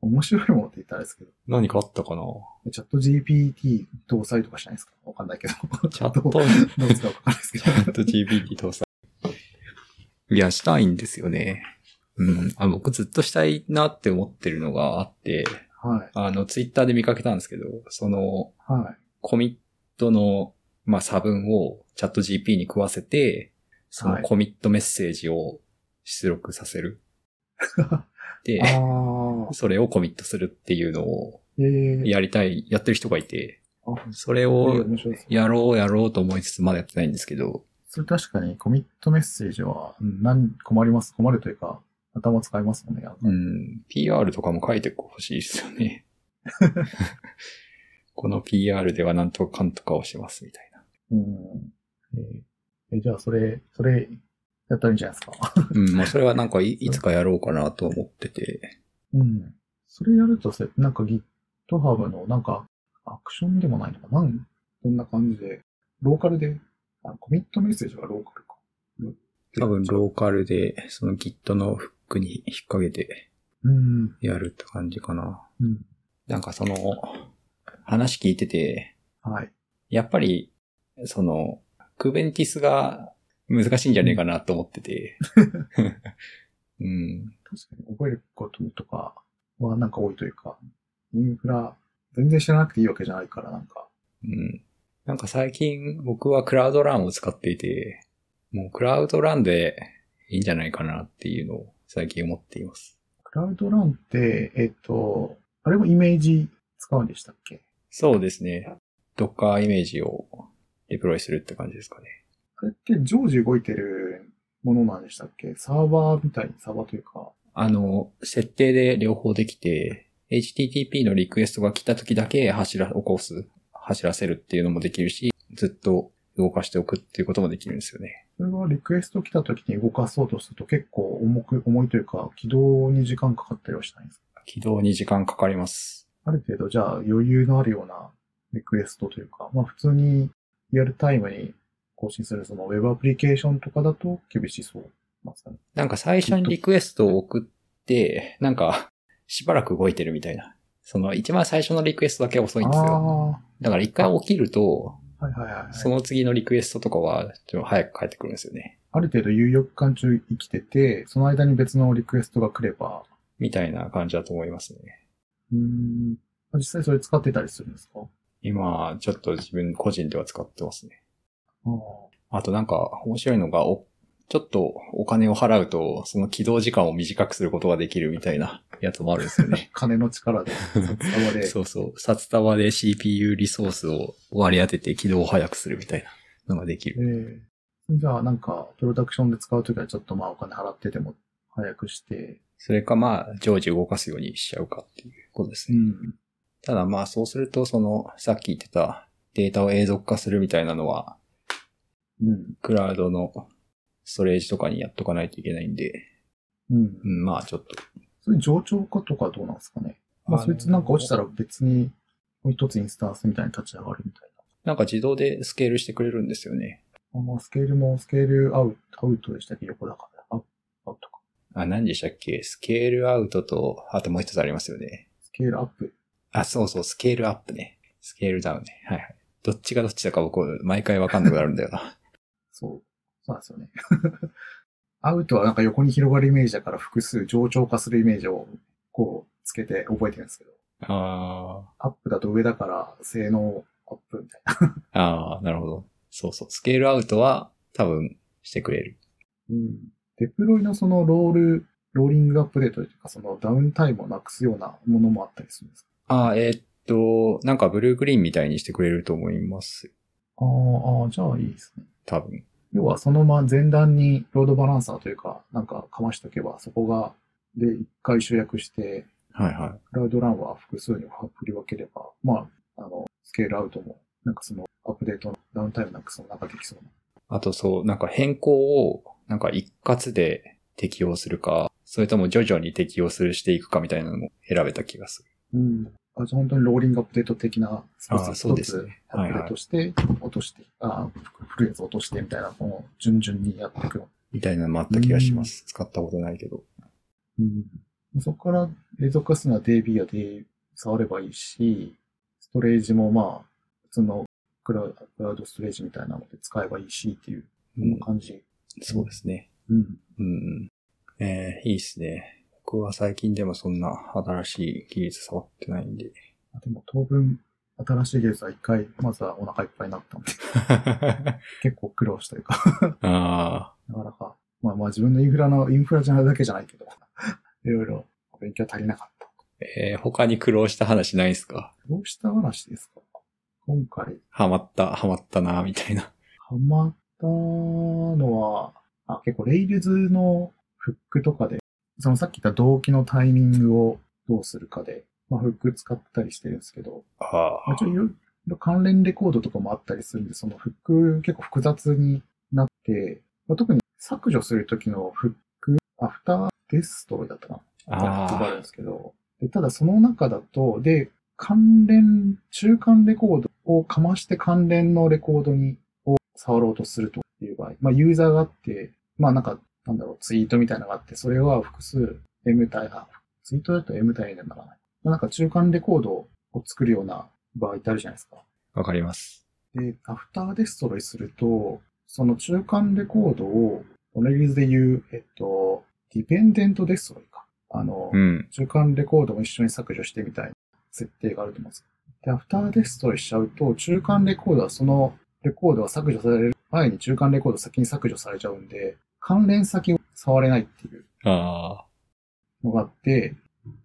Speaker 2: 面白いものって言ったらあれですけど、
Speaker 1: 何かあったかな
Speaker 2: チャット GPT 搭載とかしないですかわかんないけ ど。
Speaker 1: チャット
Speaker 2: どう、どう使うかわかんないですけ
Speaker 1: チ
Speaker 2: ど。
Speaker 1: ャット GPT 搭載。いや、したいんですよね。うん。あ僕ずっとしたいなって思ってるのがあって、
Speaker 2: はい。
Speaker 1: あの、ツイッターで見かけたんですけど、その、
Speaker 2: はい。
Speaker 1: コミットの、まあ、差分をチャット GP に食わせて、そ
Speaker 2: は
Speaker 1: の
Speaker 2: い
Speaker 1: コミットメッセージを出力させる。で、
Speaker 2: ああ、
Speaker 1: それをコミットするっていうのを
Speaker 2: ええ
Speaker 1: やりたい、やってる人がいて
Speaker 2: あ、
Speaker 1: それ
Speaker 2: ー、
Speaker 1: を
Speaker 2: 面白いですね。
Speaker 1: やろうやろうと思いつつまだやってないんですけど、
Speaker 2: それ確かにコミットメッセージは、うん、なん困ります。困るというか、頭使いますもんね。
Speaker 1: うん、PR とかも書いてほしいですよ ね。この PR ではなんとかかんとかをしますみたいな。
Speaker 2: うん。えーえじゃあ、それ、それ、やったらいいんじゃないですか。
Speaker 1: うん、まあそれはなんかいいつかやろうかなと思ってて。
Speaker 2: うん。それやるとせ、なんか GitHub の、なんか、アクションでもないのかなんこんな感じで、ローカルで、あコミットメッセージはローカルか。
Speaker 1: 多分ローカルでその Git のフックに引っ掛けて
Speaker 2: うん。
Speaker 1: やるって感じかな。
Speaker 2: うん。
Speaker 1: なんかその話聞いてて、
Speaker 2: はい。
Speaker 1: やっぱり、その、Kubernetes が難しいんじゃねえかなと思ってて。 うん。
Speaker 2: 確かに覚えることとかはなんか多いというか、インフラ、全然知らなくていいわけじゃないから、なんか。
Speaker 1: うん。なんか最近僕はクラウドランを使っていて、もうクラウドランでいいんじゃないかなっていうのを最近思っています。
Speaker 2: クラウドランって、えっ、と、あれもイメージ使うんでしたっけ
Speaker 1: そうですね。Docker イメージをデプロイするって感じですかね。
Speaker 2: あれって常時動いてるものなんでしたっけサーバーみたいに、サーバーというか。
Speaker 1: あの、設定で両方できて、HTTP のリクエストが来た時だけ走ら、起こす、走らせるっていうのもできるし、ずっと動かしておくっていうこともできるんですよね。
Speaker 2: それはリクエスト来た時に動かそうとすると結構重く、重いというか、起動に時間かかったりはしないんですか
Speaker 1: 起動に時間かかります。
Speaker 2: ある程度、じゃあ余裕のあるようなリクエストというか、まあ普通にリアルタイムに更新するそのウェブアプリケーションとかだと厳しそうなんですかね。
Speaker 1: なんか最初にリクエストを送って、なんか、しばらく動いてるみたいな。その一番最初のリクエストだけ遅いんですよ。だから一回起きると、
Speaker 2: ああ、はいはいはいはい。
Speaker 1: その次のリクエストとかは、ちょっと早く帰ってくるんですよね。
Speaker 2: ある程度有力感中生きてて、その間に別のリクエストが来れば、
Speaker 1: みたいな感じだと思いますね。
Speaker 2: うーん、実際それ使ってたりするんですか
Speaker 1: 今、ちょっと自分個人では使ってますね。
Speaker 2: ああ、。
Speaker 1: あとなんか面白いのが、おちょっとお金を払うと、その起動時間を短くすることができるみたいなやつもあるんですよね
Speaker 2: 金の力で、 その力で。
Speaker 1: そうそう。札束で CPU リソースを割り当てて起動を早くするみたいなのができ
Speaker 2: え
Speaker 1: る。
Speaker 2: えじゃあ、なんか、プロダクションで使うときは、ちょっとまあ、お金払ってでも、早くして。
Speaker 1: それかまあ、常時動かすようにしちゃうかっていうことですね。
Speaker 2: ん。
Speaker 1: ただまあ、そうすると、その、さっき言ってたデータを永続化するみたいなのは、
Speaker 2: うん。
Speaker 1: クラウドのストレージとかにやっとかないといけないんで、
Speaker 2: うん
Speaker 1: う。ん、まあちょっと。
Speaker 2: それ、冗長化とかどうなんですかね。まあ、そいつなんか落ちたら別に、もう一つインスタンスみたいに立ち上がるみたい
Speaker 1: なんか自動でスケールしてくれるんですよね。
Speaker 2: な。あまあ、スケールも、スケールアウト、アウトでしたっけ横だから。アウアウトか。
Speaker 1: あ、何でしたっけスケールアウトと、あともう一つありますよね。
Speaker 2: スケールアップ。
Speaker 1: あ、そうそう、スケールアップね。スケールダウンね。はいはい。どっちがどっちだか僕、毎回わかんなくなるんだよな。
Speaker 2: そう。そうなんですよね。 アウトはなんか横に広がるイメージだから、複数、冗長化するイメージを、こう、つけて覚えてるんですけど。
Speaker 1: あ
Speaker 2: アップだと上だから、性能アップみたいな。
Speaker 1: あ、ああ、なるほど。そうそう。スケールアウトは、多分、してくれる。
Speaker 2: うん。デプロイのそのロール、ローリングアップデートというか、そのダウンタイムをなくすようなものもあったりするんですか
Speaker 1: ああ、えーっと、なんかブルーグリーンみたいにしてくれると思います。
Speaker 2: あーあー、じゃあいいですね。
Speaker 1: 多分。
Speaker 2: 要はそのま前段にロードバランサーというか、なんかかましとけば、そこが、で、一回集約して、
Speaker 1: はいはい。
Speaker 2: クラウドランは複数に振り分ければ、まあ、あの、スケールアウトも、なんかそのアップデートのダウンタイムなんかその中できそうな。
Speaker 1: あとそう、なんか変更を、なんか一括で適用するか、それとも徐々に適用するしていくかみたいなのも選べた気がする。
Speaker 2: うん。あじゃあ本当にローリングアップデート的な、一
Speaker 1: あ
Speaker 2: つ
Speaker 1: ーそう
Speaker 2: 一
Speaker 1: です
Speaker 2: つ
Speaker 1: ね
Speaker 2: アップデートして、落として、あー、古いやつ落としてみたいな、もう順々にやっていくよ
Speaker 1: みたいなのもあった気がします。使ったことないけど。
Speaker 2: うな。うん。そこから永続化するのは DB や D 触ればいいし、ストレージもまあ、普通のクラクラウドストレージみたいなので使えばいいしっていう
Speaker 1: うん、
Speaker 2: 感じ。
Speaker 1: そうですね。
Speaker 2: うん。
Speaker 1: うんうん。えー、いいっすね。僕は最近でもそんな新しい技術触ってないんで。
Speaker 2: あでも当分、新しい技術は一回、まずはお腹いっぱいになったんで、
Speaker 1: あ
Speaker 2: 結構苦労したというか、
Speaker 1: あ
Speaker 2: なかなか、まあまあ自分のインフラの、インフラじゃないだけじゃないけど、 いろいろ勉強足りなかった。
Speaker 1: ー。えー、他に苦労した話ないっすか
Speaker 2: どうした話ですか今回、
Speaker 1: ハマった、ハマったな、みたいな。
Speaker 2: ハマったのは、あ、結構レイルズのフックとかで、そのさっき言った動機のタイミングをどうするかで、まあフック使ったりしてるんですけど、
Speaker 1: あ
Speaker 2: まあ、ちょいろいろ関連レコードとかもあったりするんで、そのフック結構複雑になって、まあ、特に削除するときのフック、アフターデストロイだったかなってやつがあるん
Speaker 1: あ
Speaker 2: ですけど、でただその中だと、で、関連、中間レコードをかまして関連のレコードに、を触ろうとするという場合、まあユーザーがあって、まあなんか、なんだろう、ツイートみたいなのがあって、それは複数 M 対、あ、ツイートだと M 対 N にならない。まあなんか中間レコードを作るような場合ってあるじゃないですか。
Speaker 1: あ、わかります。
Speaker 2: で、アフターデストロイすると、その中間レコードを、このリリーズで言う、えっと、ディペンデントデストロイか。あの、
Speaker 1: うん。
Speaker 2: 中間レコードも一緒に削除してみたいな設定があると思うんですよ。で、アフターデストロイしちゃうと、中間レコードはそのレコードが削除される前に中間レコード先に削除されちゃうんで、関連先を触れないっていう
Speaker 1: あ
Speaker 2: のがあって、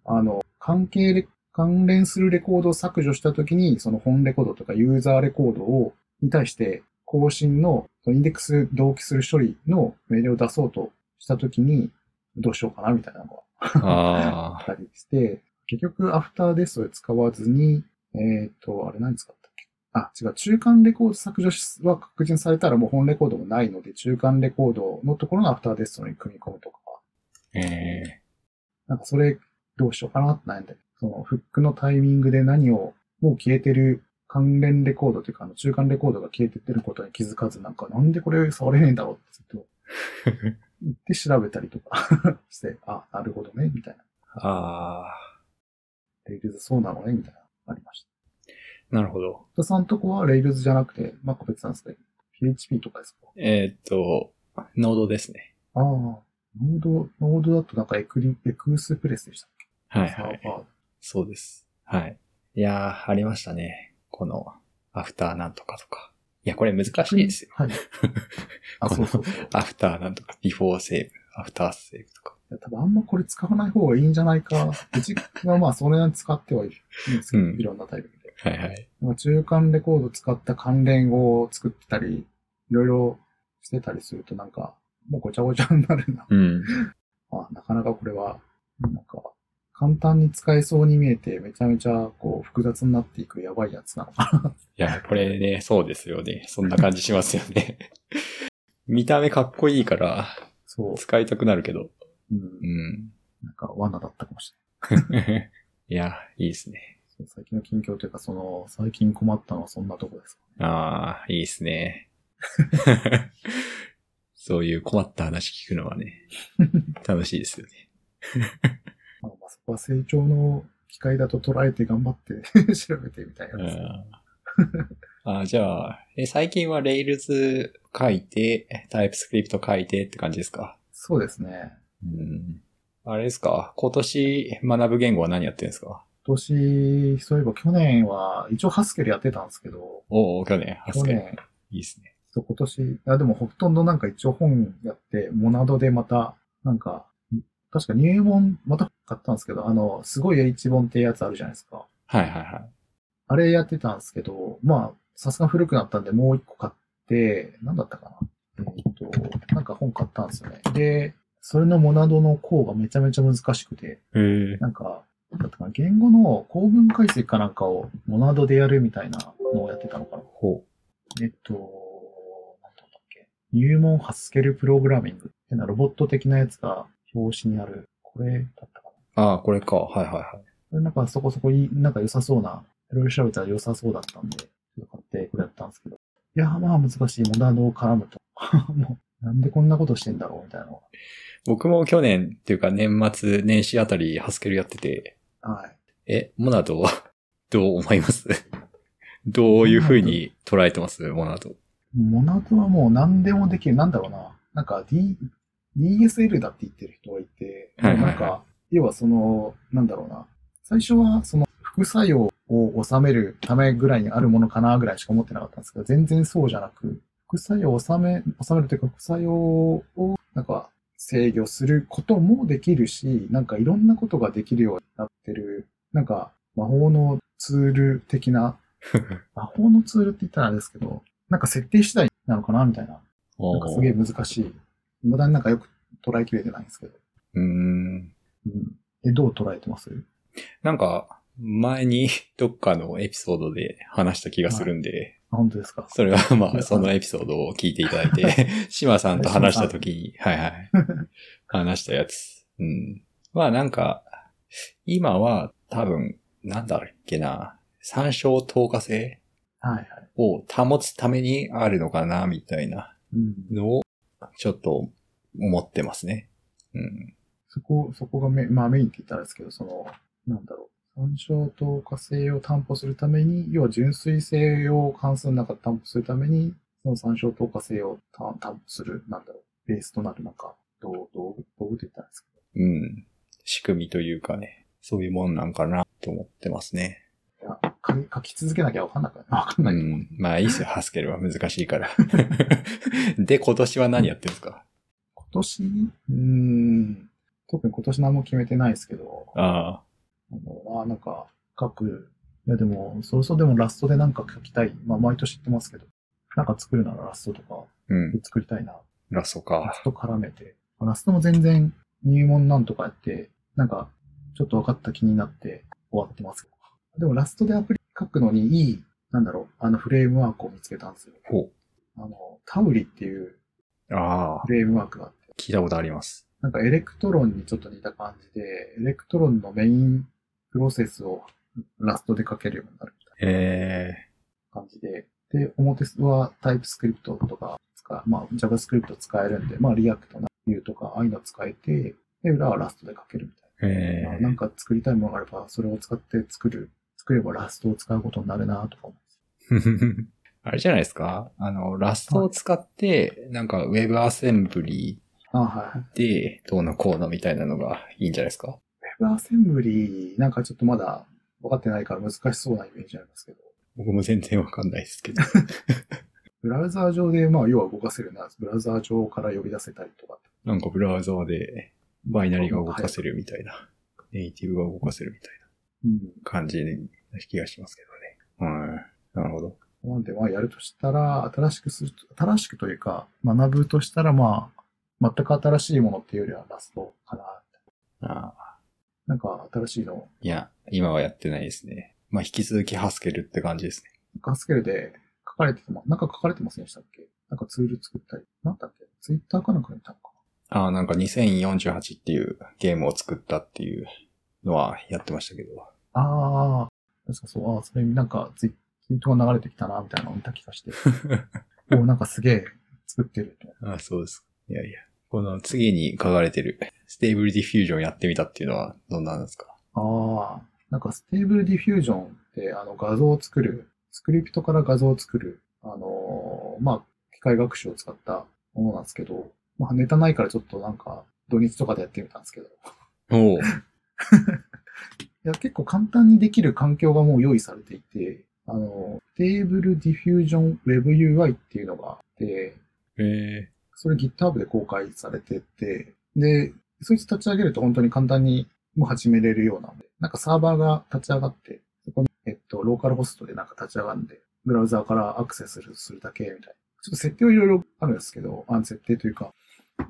Speaker 2: あの、関係レ、関連するレコードを削除したときに、その本レコードとかユーザーレコードを、に対して更新の、そのインデックス同期する処理の命令を出そうとしたときに、どうしようかなみたいなのが
Speaker 1: あ。
Speaker 2: あっ
Speaker 1: ああ。
Speaker 2: たりして、結局、アフターデストで使わずに、えっ、と、あれ何使ったっけあ、違う、中間レコード削除は確認されたらもう本レコードもないので、中間レコードのところのアフターデストに組み込むとか、
Speaker 1: え え
Speaker 2: なんかそれどうしようかなって悩んで、そのフックのタイミングで何を、もう消えてる関連レコードというか、あの中間レコードが消えてってることに気づかず、なんかなんでこれ触れねえんだろうってずっと言って調べたりとか して、あ、なるほどね、みたいな。
Speaker 1: ああ。
Speaker 2: レイルズそうなのね、みたいな、ありました。
Speaker 1: なるほど。
Speaker 2: 北さんとこはレイルズじゃなくて、まあ、個別なんですね。PHP とかですか
Speaker 1: えーっと、ノードですね。
Speaker 2: ああ、ノード、ノードだとなんかエクリ、エクスプレスでしたっけ
Speaker 1: はい
Speaker 2: サー
Speaker 1: は
Speaker 2: バ
Speaker 1: い。
Speaker 2: ー。
Speaker 1: そうです。はい。いやー、ありましたね。この、アフターなんとかとか。いや、これ難しいですよ。
Speaker 2: はい。あ、そうそうそう。
Speaker 1: アフターなんとか、ビフォーセーブ、アフターセーブとか。
Speaker 2: いや多分あんまこれ使わない方がいいんじゃないか。うちはまあそれなりに使ってはいるんですけど、
Speaker 1: うん
Speaker 2: いろんなタイプで。
Speaker 1: はいはい。
Speaker 2: なんか中間レコード使った関連語を作ってたり、いろいろしてたりするとなんか、もうごちゃごちゃになるな。
Speaker 1: うん。
Speaker 2: まあ、なかなかこれは、なんか、簡単に使えそうに見えて、めちゃめちゃこう複雑になっていくやばいやつなのか
Speaker 1: いや、これね、そうですよね。そんな感じしますよね。 見た目かっこいいから、
Speaker 2: そう。
Speaker 1: 使いたくなるけど。
Speaker 2: うん
Speaker 1: う。ん。
Speaker 2: なんか罠だったかもしれない。
Speaker 1: いや、いいですね。
Speaker 2: そう最近の近況というか、その、最近困ったのはそんなとこですか。
Speaker 1: ああ、いいです ね。そういう困った話聞くのは ね、楽しいですよね。
Speaker 2: まあ、まあそこは成長の機会だと捉えて頑張って 調べてみたいなやつ。
Speaker 1: あーじゃあ、え最近は Rails 書いて、TypeScript 書いてって感じですか
Speaker 2: そうですね。
Speaker 1: うん。あれですか今年学ぶ言語は何やってるんですか
Speaker 2: 今年、そういえば去年は、一応ハスケルやってたんですけど、
Speaker 1: おお去年、ハ
Speaker 2: 去
Speaker 1: スケル。
Speaker 2: 年、
Speaker 1: いいですね。
Speaker 2: と今年、あ、でもほとんどなんか一応本やって、モナドでまた、なんか、確か入門、また買ったんですけど、あの、すごい H 本ってやつあるじゃないですか。
Speaker 1: はいはいはい。
Speaker 2: あれやってたんですけど、まあ、さすが古くなったんで、もう一個買って、なんだったかな。えーっと、なんか本買ったんですよね。で、それのモナドの項がめちゃめちゃ難しくて、
Speaker 1: へえ。
Speaker 2: なんか、なんだったかな言語の構文解析かなんかをモナドでやるみたいなのをやってたのかな。
Speaker 1: ほ
Speaker 2: えっと、なんだったっけ。入門ハスケルプログラミング。変なロボット的なやつが表紙にある。これだったかな。
Speaker 1: う。ああ、これか。はいはいはい。
Speaker 2: これなんかそこそこいい、なんか良さそうな、いろいろ調べたら良さそうだったんで、ちょっと買ってこれやったんですけど。いやー、まあ難しい。モナドを絡むと。 もう、なんでこんなことしてんだろうみたいなの
Speaker 1: 僕も去年っていうか年末年始あたりハスケルやってて、
Speaker 2: が。はい。
Speaker 1: え、モナド はどう思います どういう風に捉えてますモナド。
Speaker 2: モナドはもう何でもできる。なんだろうな。なんか D、DSL だって言ってる人がいて、
Speaker 1: はいはいはい
Speaker 2: なんか、要はその、なんだろうな。最初はその副作用を収めるためぐらいにあるものかなぐらいしか思ってなかったんですけど、全然そうじゃなく、副作用を収め、収めるというか副作用をなんか制御することもできるし、なんかいろんなことができるようになってる、なんか魔法のツール的 な、魔法のツールって言ったらあれですけど、なんか設定次第なのかなみたいな。なんかすげえ難しい。無駄になんかよく捉えきれてないんですけど。
Speaker 1: うーん。
Speaker 2: うん。え、どう捉えてます
Speaker 1: なんか、前にどっかのエピソードで話した気がするんで、
Speaker 2: あ本当ですか
Speaker 1: それはま
Speaker 2: う
Speaker 1: あ、
Speaker 2: ん
Speaker 1: そのエピソードを聞いていただいて、島さんと話した時に、はいはい。話したやつ。うん。まあなんか、今は多分、なんだっけな、参照透過性
Speaker 2: はいはい。
Speaker 1: を保つためにあるのかな、みたいな
Speaker 2: うん。
Speaker 1: のを、ちょっと思ってますね。うん。
Speaker 2: そこ、そこがメイン、まあメインって言ったらですけど、その、なんだろう。参照透過性を担保するために、要は純粋性を関数の中で担保するために、その参照透過性をた担保する、なんだろう。ベースとなるなんか、道道具、道具って言ったらですけ
Speaker 1: うん。仕組みというかね、そういうもんなんかな、と思ってますね。
Speaker 2: ど。いや、書き書き続けなきゃわかんなくない。わかんないと思う。
Speaker 1: うん。まあいいっすよ、ハスケルは難しいから。で、今年は何やってるんですか
Speaker 2: 今年うーん。特に今年何も決めてないですけど、
Speaker 1: あ
Speaker 2: あのあなんか、各、いやでも、そろそろでもラストでなんか書きたい。まあ、毎年言ってますけど、なんか作るならラストとか
Speaker 1: あ、うん。
Speaker 2: 作りたいな。
Speaker 1: ラスト
Speaker 2: ラ
Speaker 1: か。
Speaker 2: スト絡めて。ラストも全然入門なんとかやって、なんか、ちょっと分かった気になって終わってますけど。でもラストでアプリ書くのにいい、なんだろう、あのフレームワークを見つけたんですよ。
Speaker 1: ほ
Speaker 2: あの、タウリっていう
Speaker 1: う。ああ、
Speaker 2: フレームワークがあって、
Speaker 1: 聞いたことあります。
Speaker 2: なんかエレクトロンにちょっと似た感じで、エレクトロンのメインプロセスをラストで書けるようになるみたい
Speaker 1: ええ
Speaker 2: な感じで、で、表はタイプスクリプトとか使う、まあ JavaScript 使えるんで、まあ React な Vue とかああいうの使えて、で、裏はラストで書けるみたい
Speaker 1: え
Speaker 2: な。まあ
Speaker 1: え
Speaker 2: なんか作りたいものがあれば、それを使って作る、作ればラストを使うことになるなとか思うんです。
Speaker 1: あれじゃないですかあの、ラストを使って、なんか Web アセンブリ
Speaker 2: あはい。
Speaker 1: ーで、どうのこうのみたいなのがいいんじゃないですか
Speaker 2: Web アセンブリーなんかちょっとまだ分かってないから難しそうなイメージありますけど、
Speaker 1: 僕も全然わかんないですけど。
Speaker 2: ブラウザー上で、まあ、要は動かせるな、ブラウザー上から呼び出せたりとかって。
Speaker 1: なんかブラウザーでバイナリが動かせるみたいな、ネイティブが動かせるみたいな
Speaker 2: うん。
Speaker 1: 感じな気がしますけどね。はい。なるほど。
Speaker 2: なんで、まあ、やるとしたら、新しくすると、新しくというか、学ぶとしたら、まあ、全く新しいものっていうよりはラストかな。
Speaker 1: ああ
Speaker 2: なんか、新しいの、
Speaker 1: いや、今はやってないですね。まあ、引き続きハスケルって感じですね。
Speaker 2: ガスケルで書かれてても、なんか書かれてませんでしたっけなんかツール作ったり。なんだっけツイッターかなんかにたのか
Speaker 1: ああ、なんか2048っていうゲームを作ったっていうのはやってましたけど。
Speaker 2: なああ、確かそう、ああ、それになんかツイツイートが流れてきたな、みたいなのを見た気がして。おおなんかすげえ作ってる。
Speaker 1: ああ、そうです。いやいや。この次に書かれてる、ステーブルディフュージョンやってみたっていうのはどんなんですか
Speaker 2: ああ、なんかステーブルディフュージョンってあの画像を作る、スクリプトから画像を作る、あのーまあ、機械学習を使ったものなんですけど、まあ、ネタないからちょっとなんか土日とかでやってみたんですけど、い
Speaker 1: おお。
Speaker 2: や、結構簡単にできる環境がもう用意されていて、あのーテーブルディフュージョン WebUI っていうのがあって、て、
Speaker 1: え
Speaker 2: それ GitHub で公開されてて、で、そいつ立ち上げると本当に簡単にもう始めれるようなので、なんかサーバーが立ち上がって、そこに、えっと、ローカルホストでなんか立ち上がるんで、ブラウザーからアクセスするするだけみたいな。ちょっと設定はいろいろあるんですけど、あの設定というか、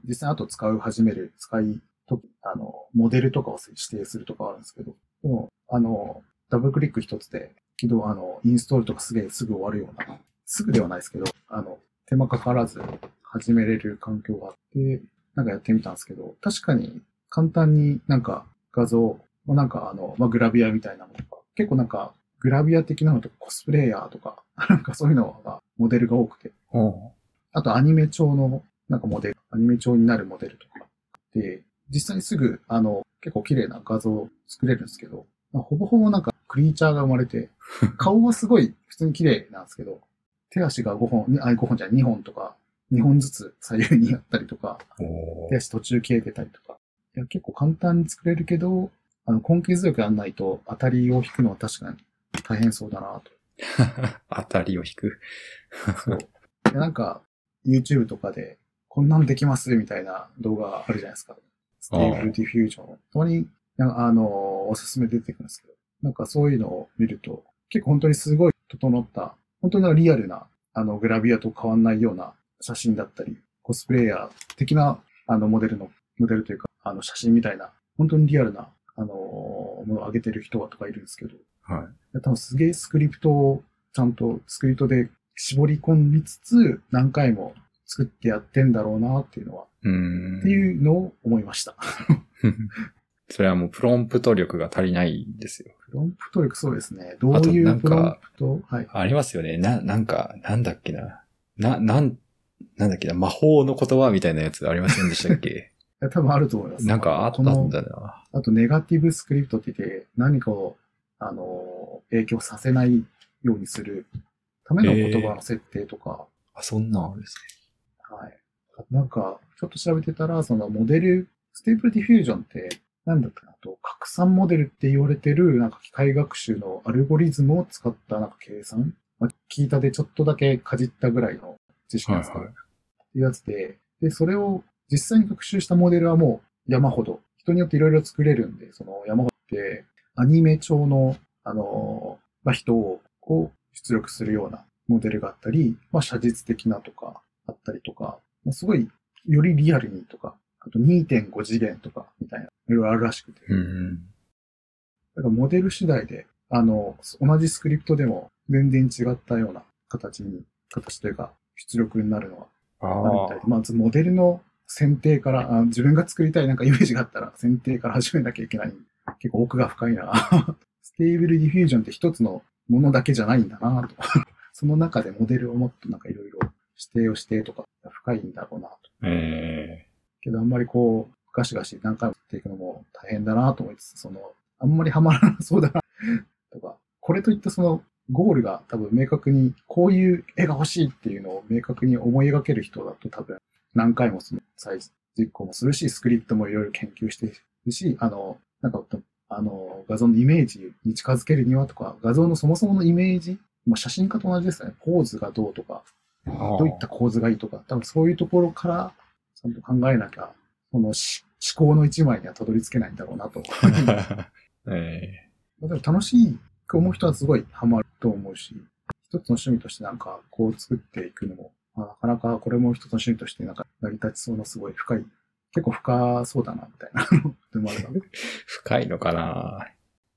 Speaker 2: 実際あと使う、始める、使いと、あの、モデルとかを指定するとかあるんですけど、でも、あの、ダブルクリック一つで、起動、あの、インストールとかすげえすぐ終わるような、すぐではないですけど、あの、手間かからず始めれる環境があって、なんかやってみたんですけど、確かに簡単になんか画像、まあなんかあの、まあ、グラビアみたいなのとか、結構なんかグラビア的なのとかコスプレイヤーとか、 なんかそういうのがモデルが多くて、
Speaker 1: ー、おう
Speaker 2: あとアニメ調の、なんかモデル、アニメ調になるモデルとか。で、実際にすぐ、あの、結構綺麗な画像を作れるんですけど、まあほぼほぼなんかクリーチャーが生まれて、顔はすごい普通に綺麗なんですけど、手足が5本、にあ、5本じゃない2本とか、2本ずつ左右にやったりとか、
Speaker 1: お
Speaker 2: 手
Speaker 1: ー
Speaker 2: 足途中消えてたりとか。いや、結構簡単に作れるけど、あの、根気強くやんないと当たりを引くのは確かに大変そうだなと。
Speaker 1: 当たりを引く。
Speaker 2: そう。でなんか、YouTube とかで、こんなんできますみたいな動画あるじゃないですか。ステーブルディフュージョン。たまに、なんかあのー、おすすめ出てくるんですけど、なんかそういうのを見ると、結構本当にすごい整った、本当にリアルな、あの、グラビアと変わんないような写真だったり、コスプレイヤー的な、あの、モデルの、モデルというか、あの、写真みたいな、本当にリアルな、あのー、ものを上げてる人はとかいるんですけど、
Speaker 1: はい
Speaker 2: や多分すげえスクリプトをちゃんとスクリプトで絞り込みつつ何回も作ってやってんだろうなっていうのは、
Speaker 1: い。うーん。
Speaker 2: っていうのを思いました。
Speaker 1: それはもうプロンプト力が足りないんですよ。
Speaker 2: プロンプト力そうですね。どう
Speaker 1: あと
Speaker 2: い
Speaker 1: なん
Speaker 2: う
Speaker 1: か
Speaker 2: プロンプトはい。
Speaker 1: ありますよね。な、なんか、なんだっけな。な、なん、なんだっけな。魔法の言葉みたいなやつありませんでしたっ け
Speaker 2: いや多分あると思います。
Speaker 1: なんかあった
Speaker 2: この
Speaker 1: んだな。
Speaker 2: あとネガティブスクリプトって言って何かを、あのー、影響させないようにするための言葉の設定とか、
Speaker 1: あ、そんなんあるんです
Speaker 2: はい。なんか、ちょっと調べてたら、そのモデル、ステープルディフュージョンって、なんだっけなと、拡散モデルって言われてる、なんか機械学習のアルゴリズムを使ったなんか計算、まあ、聞いたでちょっとだけかじったぐらいの知識
Speaker 1: ね。
Speaker 2: なんですけど、っていうやつで、で、それを実際に学習したモデルはもう山ほど、人によっていろいろ作れるんで、その山ほどって、アニメ調の、あのーまあ、人をこう出力するようなモデルがあったり、まあ、写実的なとか、あったりとか、まあすごい、よりリアルにとか、あと2.5次元とか、みたいな、いろいろあるらしくて。
Speaker 1: うん。
Speaker 2: だからモデル次第で、あの、同じスクリプトでも全然違ったような形に、形というか、出力になるのは
Speaker 1: あ
Speaker 2: あるみたい
Speaker 1: あ
Speaker 2: で、。まずモデルの選定から、あ自分が作りたいなんかイメージがあったら選定から始めなきゃいけない。結構奥が深いな。 ステーブルディフュージョンって一つのものだけじゃないんだなと。 その中でモデルをもっとなんかいろいろ指定をしてとか、深いんだろうなと。
Speaker 1: え
Speaker 2: けどあんまりこう、ガシガシ何回もやっていくのも大変だなと思いつつ、その、あんまりハマらなそうだなとか、これといったその、ゴールが多分明確に、こういう絵が欲しいっていうのを明確に思い描ける人だと多分何回もその再実行もするし、スクリプトもいろいろ研究してるし、あの、なんか、あの、画像のイメージに近づけるにはとか、画像のそもそものイメージ、まあ写真家と同じですね。ポーズがどうとか、
Speaker 1: え
Speaker 2: どういった構図がいいとか、多分そういうところからちゃんと考えなきゃ、このし思考の一枚にはたどり着けないんだろうなと。
Speaker 1: た え
Speaker 2: でも楽しいと思う人はすごいハマると思うし、一つの趣味としてなんかこう作っていくのも、まあなかなかこれも一つの趣味としてなんか成り立ちそうなすごい深い、結構深そうだなみたいなでもあるな
Speaker 1: え深いのかな
Speaker 2: ない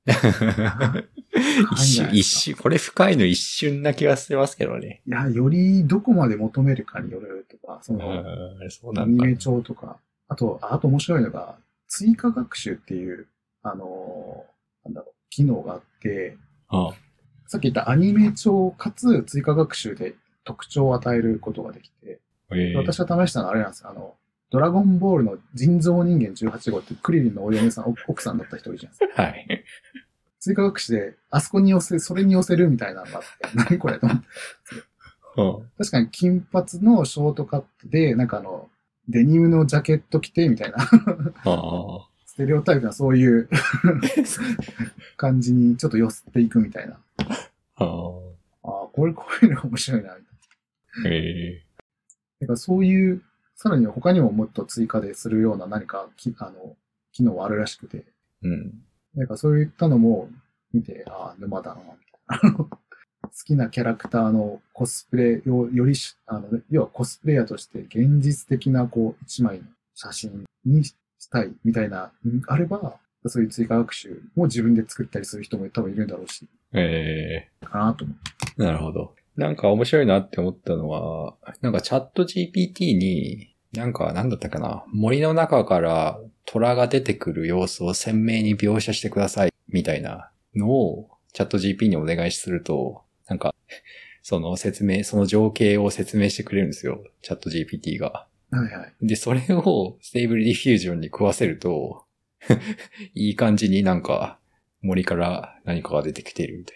Speaker 2: で
Speaker 1: 一
Speaker 2: すか
Speaker 1: 瞬、一瞬、これ深いの一瞬な気がしてますけどね。
Speaker 2: いや、よりどこまで求めるかによるとか、そうの、
Speaker 1: ん、そうな
Speaker 2: アニ
Speaker 1: んだ。
Speaker 2: メ調とか、あと、ああと面白いのが、追加学習っていう、あのーなんだろう、機能があって、
Speaker 1: あ
Speaker 2: さっき言ったアニメ調かつ追加学習で特徴を与えることができて、
Speaker 1: ええ
Speaker 2: 私は試したのはあれなんですよあの、ドラゴンボールの人造人間18号ってクリリンのお嫁さん、奥奥さんだった人いるじゃないですか。
Speaker 1: はい。
Speaker 2: 追加学習で、あそこに寄せ、それに寄せるみたいなのがあって、 何これと思って
Speaker 1: うん
Speaker 2: 確かに金髪のショートカットで、なんかあの、デニムのジャケット着てみたいな、
Speaker 1: ああ。
Speaker 2: ステレオタイプなそういう感じにちょっと寄せていくみたいな。
Speaker 1: ああ。
Speaker 2: ああ、これこういうの面白いな、みたい
Speaker 1: ええ
Speaker 2: だからそういう、さらに他にももっと追加でするような何かきあの機能はあるらしくて、
Speaker 1: うん。
Speaker 2: なんかそういったのも見て、ああ、沼だな、みたいな。 好きなキャラクターのコスプレをよりし、あの、要はコスプレイヤーとして現実的なこう、一枚の写真にしたいみたいな、うんあれば、そういう追加学習も自分で作ったりする人も多分いるんだろうし、
Speaker 1: え
Speaker 2: かなと思う。
Speaker 1: ー、なるほど。なんか面白いなって思ったのは、なんかチャット GPT に、なんかなんだったかな、森の中から虎が出てくる様子を鮮明に描写してください、みたいなのをチャット GPT にお願いすると、なんか、その説明、その情景を説明してくれるんですよ、チャット GPT が。
Speaker 2: はいはい。
Speaker 1: で、それをステーブルディフュージョンに食わせると、 いい感じになんか森から何かが出てきてるみたい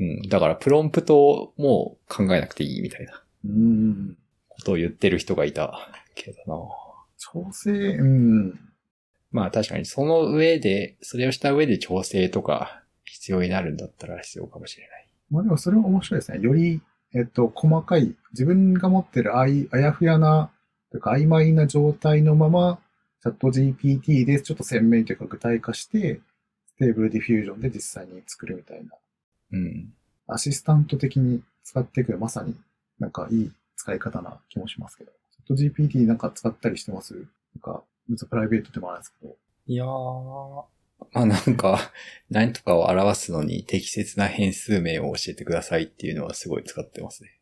Speaker 1: な。うん。だからプロンプトも考えなくていいみたいな
Speaker 2: うん。
Speaker 1: ことを言ってる人がいたけどな。
Speaker 2: 調整、うん。
Speaker 1: まあ確かにその上で、それをした上で調整とか必要になるんだったら必要かもしれない。
Speaker 2: まあでもそれも面白いですね。より、えっと、細かい、自分が持ってるあい、あやふやな、というか曖昧な状態のまま、チャット GPT でちょっと鮮明というか具体化して、ステーブルディフュージョンで実際に作るみたいな。
Speaker 1: うん。
Speaker 2: アシスタント的に使っていく、まさになんかいい使い方な気もしますけど。チャット GPT なんか使ったりしてますとか、別にプライベートでもあるんですけど。
Speaker 1: いやー。まあなんか、何とかを表すのに適切な変数名を教えてくださいっていうのはすごい使ってますね。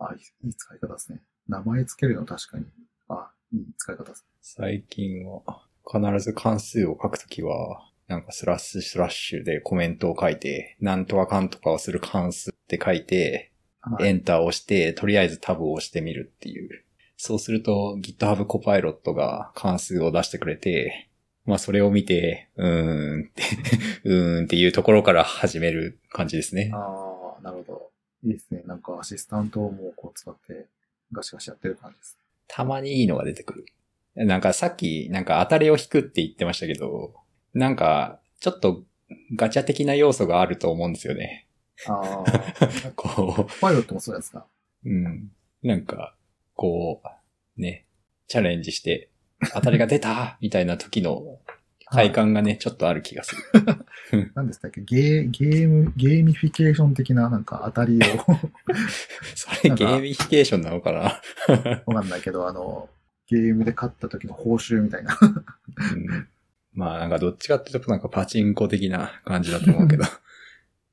Speaker 2: あいい、いい使い方ですね。名前つけるの確かに。あ、いい使い方です。
Speaker 1: 最近は、必ず関数を書くときは、なんかスラッシュスラッシュでコメントを書いて、なんとかかんとかをする関数って書いて、
Speaker 2: はい
Speaker 1: エンターを押して、とりあえずタブを押してみるっていう。そうすると GitHub コパイロットが関数を出してくれて、まあそれを見て、うーんって、 うーんっていうところから始める感じですね。
Speaker 2: ああ、なるほど。いいですね。なんかアシスタントをもうこう使ってガシガシやってる感じです。
Speaker 1: たまにいいのが出てくる。なんかさっき、なんか当たりを引くって言ってましたけど、なんか、ちょっとガチャ的な要素があると思うんですよね。
Speaker 2: ああ、
Speaker 1: こ
Speaker 2: パイロットもそうですか。
Speaker 1: う、うん。なんか、こう、ね、チャレンジして、当たりが出たみたいな時の快感がね、ちょっとある気がする。
Speaker 2: 何でしたっけゲー、ゲーム、ゲーミフィケーション的ななんか当たりを、
Speaker 1: それ
Speaker 2: なん
Speaker 1: ゲ
Speaker 2: か
Speaker 1: ーミフィケーションなのかな、
Speaker 2: わかんないけど、あの、ゲームで勝った時の報酬みたいな。
Speaker 1: うん、まあなんかどっちかっていうとなんかパチンコ的な感じだと思うけど。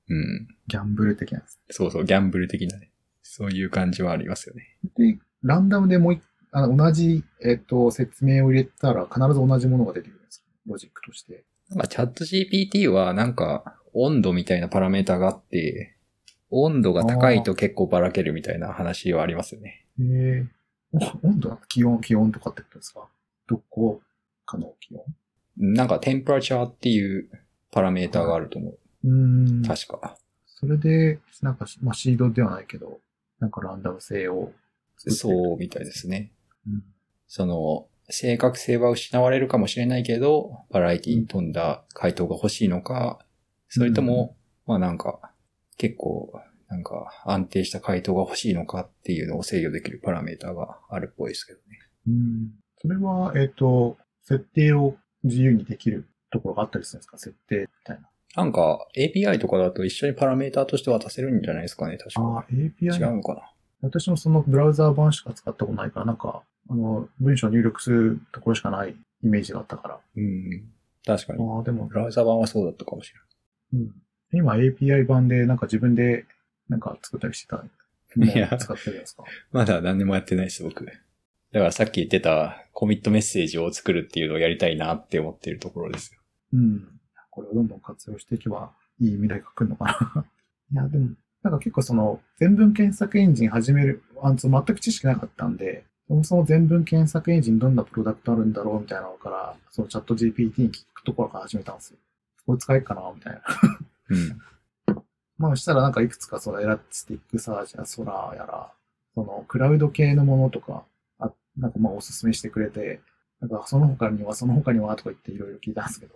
Speaker 1: うん。
Speaker 2: ギャンブル的なやつ。
Speaker 1: そうそう、ギャンブル的なね。そういう感じはありますよね。
Speaker 2: で、ランダムでもう一あの同じ、えっと、説明を入れたら必ず同じものが出てくるんですよ。ロジックとして。
Speaker 1: なんかチャット GPT はなんか温度みたいなパラメータがあって、温度が高いと結構ばらけるみたいな話はありますよね。
Speaker 2: ええ温度は気温、気温とかってことですかどこかの気温
Speaker 1: なんかテンプラチャーっていうパラメータがあると思う。
Speaker 2: うーん。
Speaker 1: 確か。
Speaker 2: それで、なんかし、まあ、シードではないけど、なんかランダム性を作ってる。
Speaker 1: そうみたいですね。
Speaker 2: うん。
Speaker 1: その、正確性は失われるかもしれないけど、バラエティに富んだ回答が欲しいのか、それとも、まあなんか、結構、なんか安定した回答が欲しいのかっていうのを制御できるパラメータがあるっぽいですけどね。
Speaker 2: うん。それは、えっ、と、設定を自由にできるところがあったりするんですか設定みたいな。
Speaker 1: なんか API とかだと一緒にパラメータとして渡せるんじゃないですかね、確
Speaker 2: ああ
Speaker 1: か。、違
Speaker 2: API。
Speaker 1: うのかな。
Speaker 2: 私もそのブラウザー版しか使ったことないから、なんか、あの、文章入力するところしかないイメージがあったから。
Speaker 1: うん。確かに。
Speaker 2: ああ、でも
Speaker 1: ブ、ラウザ版はそうだったかもしれない。
Speaker 2: うん。今 API 版で、なんか自分で、なんか作ったりしてた。も
Speaker 1: いや
Speaker 2: う使ってるんですか
Speaker 1: まだ何でもやってないです、僕。だからさっき言ってたコミットメッセージを作るっていうのをやりたいなって思ってるところですよ。
Speaker 2: うん。これをどんどん活用していけばいい未来が来るのかな。いや、でも、なんか結構その全文検索エンジン始める、あの、その全く知識なかったんで、そもそも全文検索エンジンどんなプロダクトあるんだろうみたいなのから、そのチャット GPT に聞くところから始めたんですよ。これ使えっかなみたいな。
Speaker 1: うん。
Speaker 2: まあ、したらなんかいくつかそのエラスティックサージやソラーやら、そのクラウド系のものとか、あなんかまあおすすめしてくれて、なんかその他には、その他にはとか言っていろいろ聞いたんですけど。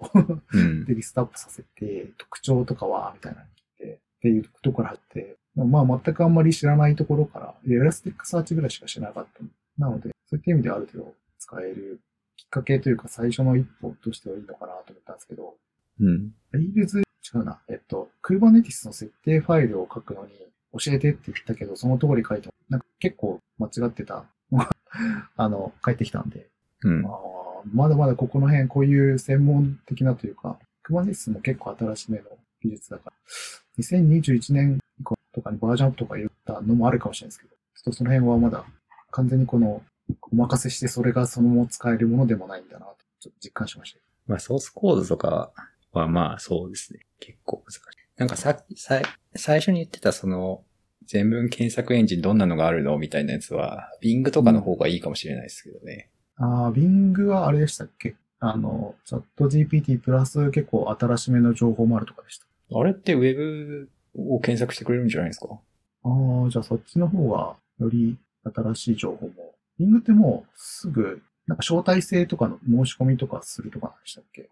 Speaker 1: うん。
Speaker 2: で、リストアップさせて、特徴とかは、みたいなのにって、っていうところからあって、まあ全くあんまり知らないところから、エラスティックサーチぐらいしか知らなかったの。なので、そういった意味ではある程度使えるきっかけというか最初の一歩としてはいいのかなと思ったんですけど、
Speaker 1: うん。
Speaker 2: Rails、違うな、えっと、Kubernetes の設定ファイルを書くのに教えてって言ったけど、その通り書いても、なんか結構間違ってたのが あの、返ってきたんで、
Speaker 1: うん
Speaker 2: あ。ーまだまだここの辺、こういう専門的なというか、Kubernetes も結構新しめの技術だから、2021年以降とかにバージョンアップとか言ったのもあるかもしれないですけど、ちょっとその辺はまだ完全にこの、お任せしてそれがそのまま使えるものでもないんだなと、ちょっと実感しました。
Speaker 1: まあ、ソースコードとかはまあ、そうですね。結構難しい。なんかさっき、さい最初に言ってたその、全文検索エンジンどんなのがあるのみたいなやつは、Bing とかの方がいいかもしれないですけどね。
Speaker 2: ああ、Bing はあれでしたっけあの、チャット GPT プラス結構新しめの情報もあるとかでした。
Speaker 1: あれってウェブを検索してくれるんじゃないですか
Speaker 2: ああ、じゃあそっちの方がより新しい情報も。Bing ってもうすぐ、なんか招待制とかの申し込みとかするとかなんでしたっけ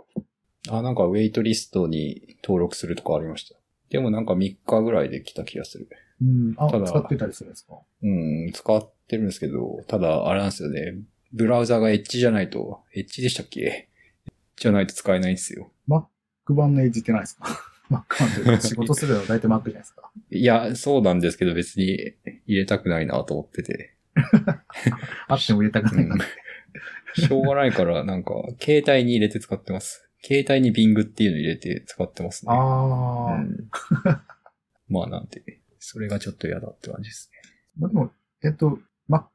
Speaker 1: あ、なんかウェイトリストに登録するとかありました。でもなんか3日ぐらいで来た気がする。
Speaker 2: うん、あ、
Speaker 1: ただ
Speaker 2: 使ってたりするんですか
Speaker 1: うん、使ってるんですけど、ただあれなんですよね。ブラウザがエッジじゃないと、エッジでしたっけエッジじゃないと使えないんですよ。
Speaker 2: ?Mac 版のエッジってないですか ?Mac 版という か仕事するの大体 Mac じゃないですか。
Speaker 1: いや、そうなんですけど別に入れたくないなと思ってて。
Speaker 2: あっても入れた くないな。
Speaker 1: しょうがないからなんか、携帯に入れて使ってます。携帯に Bing っていうの入れて使ってますね。
Speaker 2: ああ
Speaker 1: う、ん まあなんで、それがちょっと嫌だって感じですね。
Speaker 2: まあ、でも、えっと、Mac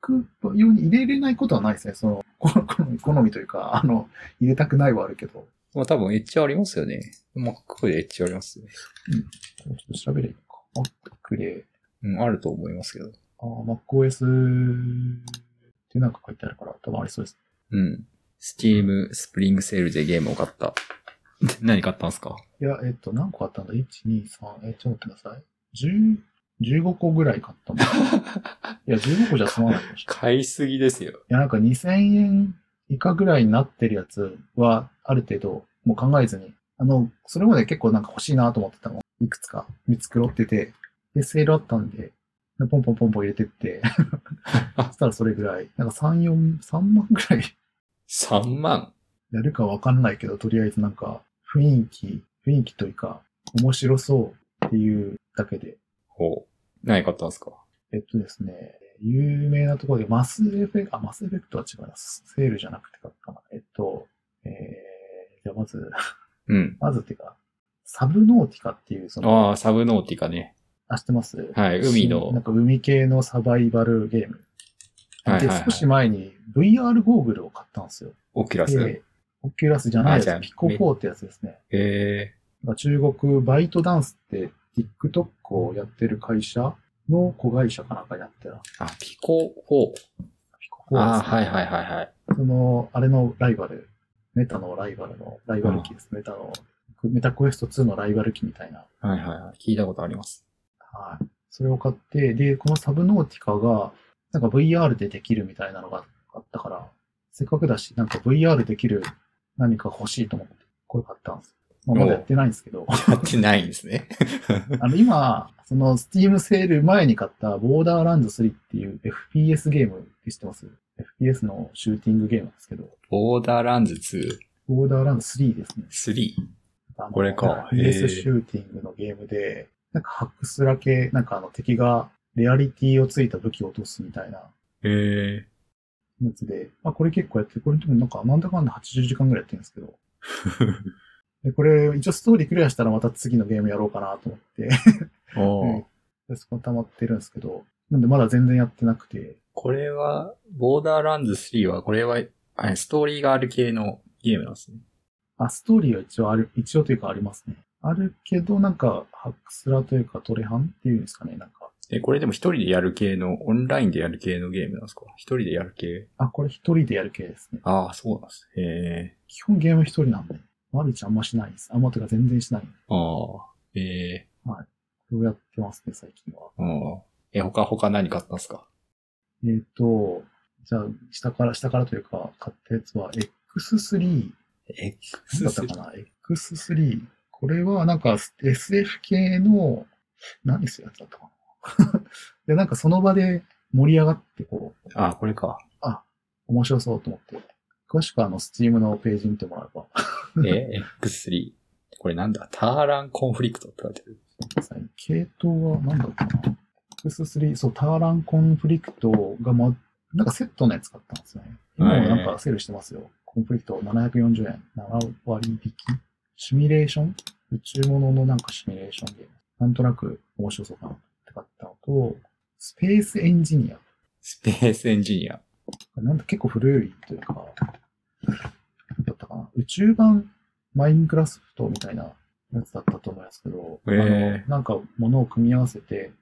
Speaker 2: 用に入れれないことはないですね。その、好み、好みというか、あの、入れたくないはあるけど、
Speaker 1: まあ多分エッジありますよね。Mac でエッジありますよね。
Speaker 2: ちょっと調べればいいのか。Mac で、
Speaker 1: うん、あると思いますけど。
Speaker 2: あー MacOS ってなんか書いてあるから、多分ありそうです。
Speaker 1: うん。Steam Spring Sale でゲームを買った。 何買ったんですか
Speaker 2: いや、えっと、何個あったんだ ?1、2、3、え、ちょっと待ってください。10、15個ぐらい買ったもん。いや、15個じゃ済まないかもしれない。
Speaker 1: 買いすぎですよ。
Speaker 2: いや、なんか2000円以下ぐらいになってるやつは、ある程度、もう考えずに、あの、それまで結構なんか欲しいなと思ってたの。いくつか見繕ってて、で、セールあったんで、でポンポンポンポン入れてって、そしたらそれぐらい、なんか3、4、3万ぐらい
Speaker 1: 3万
Speaker 2: やるかわかんないけど、とりあえずなんか、雰囲気、雰囲気というか、面白そうっていうだけで、
Speaker 1: ほう。何買ったんですか
Speaker 2: えっとですね、有名なところでマスエフェクト、あ、マスエフェクトは違います。セールじゃなくて買ったかな。えっと、えー、じゃあまず、
Speaker 1: うん。
Speaker 2: まずっていうか、サブノーティカっていう、その、
Speaker 1: ああ、サブノーティカね。
Speaker 2: あ、知ってます
Speaker 1: はい海の
Speaker 2: 新なんか海系のサバイバルゲーム。
Speaker 1: はいはいはい
Speaker 2: で、少し前に VR ゴーグルを買ったんですよ。
Speaker 1: オキュラス。へ
Speaker 2: で、オキュラスじゃない
Speaker 1: あじゃ
Speaker 2: や
Speaker 1: あ
Speaker 2: つ、ピコ4ってやつですね。
Speaker 1: え
Speaker 2: なんか中国バイトダンスって TikTok をやってる会社の子会社かなんかやってた。
Speaker 1: ー。あ、ピコ4。
Speaker 2: ピコ4
Speaker 1: あ
Speaker 2: で
Speaker 1: あ、
Speaker 2: すね
Speaker 1: はいはいはいはい。
Speaker 2: その、あれのライバル、メタのライバルの、ライバル機です。メタの、メタクエスト2のライバル機みたいな。
Speaker 1: はいはいはい。聞いたことあり ます。
Speaker 2: はい。それを買って、で、このサブノーティカが、なんか VR でできるみたいなのがあったから、せっかくだし、なんか VR できる何か欲しいと思って、これ買ったんです。まあ、まだやってないんですけど、
Speaker 1: 買ってないんですね。
Speaker 2: あの、今、その、スティームセール前に買った、ボーダーランズ3っていう FPS ゲームって知ってます ?FPS のシューティングゲームなんですけど、
Speaker 1: ボーダーランズ2、
Speaker 2: ボーダーランズ3ですね。
Speaker 1: 3。
Speaker 2: あの
Speaker 1: これかへー
Speaker 2: PS シューティングのゲームで、なんかハックスラ系、なんかあの敵がレアリティをついた武器を落とすみたいな
Speaker 1: へえ
Speaker 2: やつで、まあこれ結構やって、これでもなんかなんだかんだ80時間ぐらいやってるんですけ ど、でこれ一応ストーリークリアしたらまた次のゲームやろうかなと思って、
Speaker 1: ー。おー
Speaker 2: うんでそこに溜まってるんですけど、なんでまだ全然やってなくて、
Speaker 1: これは、ボーダーランズ3は、これは、あれ、ストーリーがある系のゲームなんですね。
Speaker 2: あ、ストーリーは一応ある、一応というかありますね。あるけど、なんか、ハックスラというか、トレハンっていうんですかね、なんか。
Speaker 1: え、これでも一人でやる系の、オンラインでやる系のゲームなんですか一人でやる系
Speaker 2: あ、これ一人でやる系ですね。
Speaker 1: ああ、そうなんですね。へえ。
Speaker 2: 基本ゲーム一人なんで、マルチあんましないです。あんまというか全然しない。
Speaker 1: ああ。ええ
Speaker 2: これをやってますね、最近は。
Speaker 1: うん。え、他、他何買ったんです か
Speaker 2: えっ、と、じゃあ、下から、下からというか、買ったやつは、X3
Speaker 1: え、
Speaker 2: だったかな ?X3。これはなんか SF 系の、何するやつだったかなで、なんかその場で盛り上がって、こう、
Speaker 1: あ、これか。
Speaker 2: 面白そうと思って、詳しくはあの、スチームのページ見てもらえば、
Speaker 1: え、X3。これなんだターランコンフリクトって書いてある。
Speaker 2: 最近系統は何だろうかな。X3、そう、ターランコンフリクトが、ま、なんかセットのやつ買ったんですよね。今もなんかセールしてますよ。コンフリクト740円、7割引き。シミュレーション宇宙物のなんかシミュレーションで、なんとなく面白そうかなって買ったのと、スペースエンジニア。
Speaker 1: スペースエンジニア。
Speaker 2: なんだ、結構古いというか、なんだったかな。宇宙版マインクラフトみたいなやつだったと思いますけど、
Speaker 1: へー
Speaker 2: あの、なんか物を組み合わせて、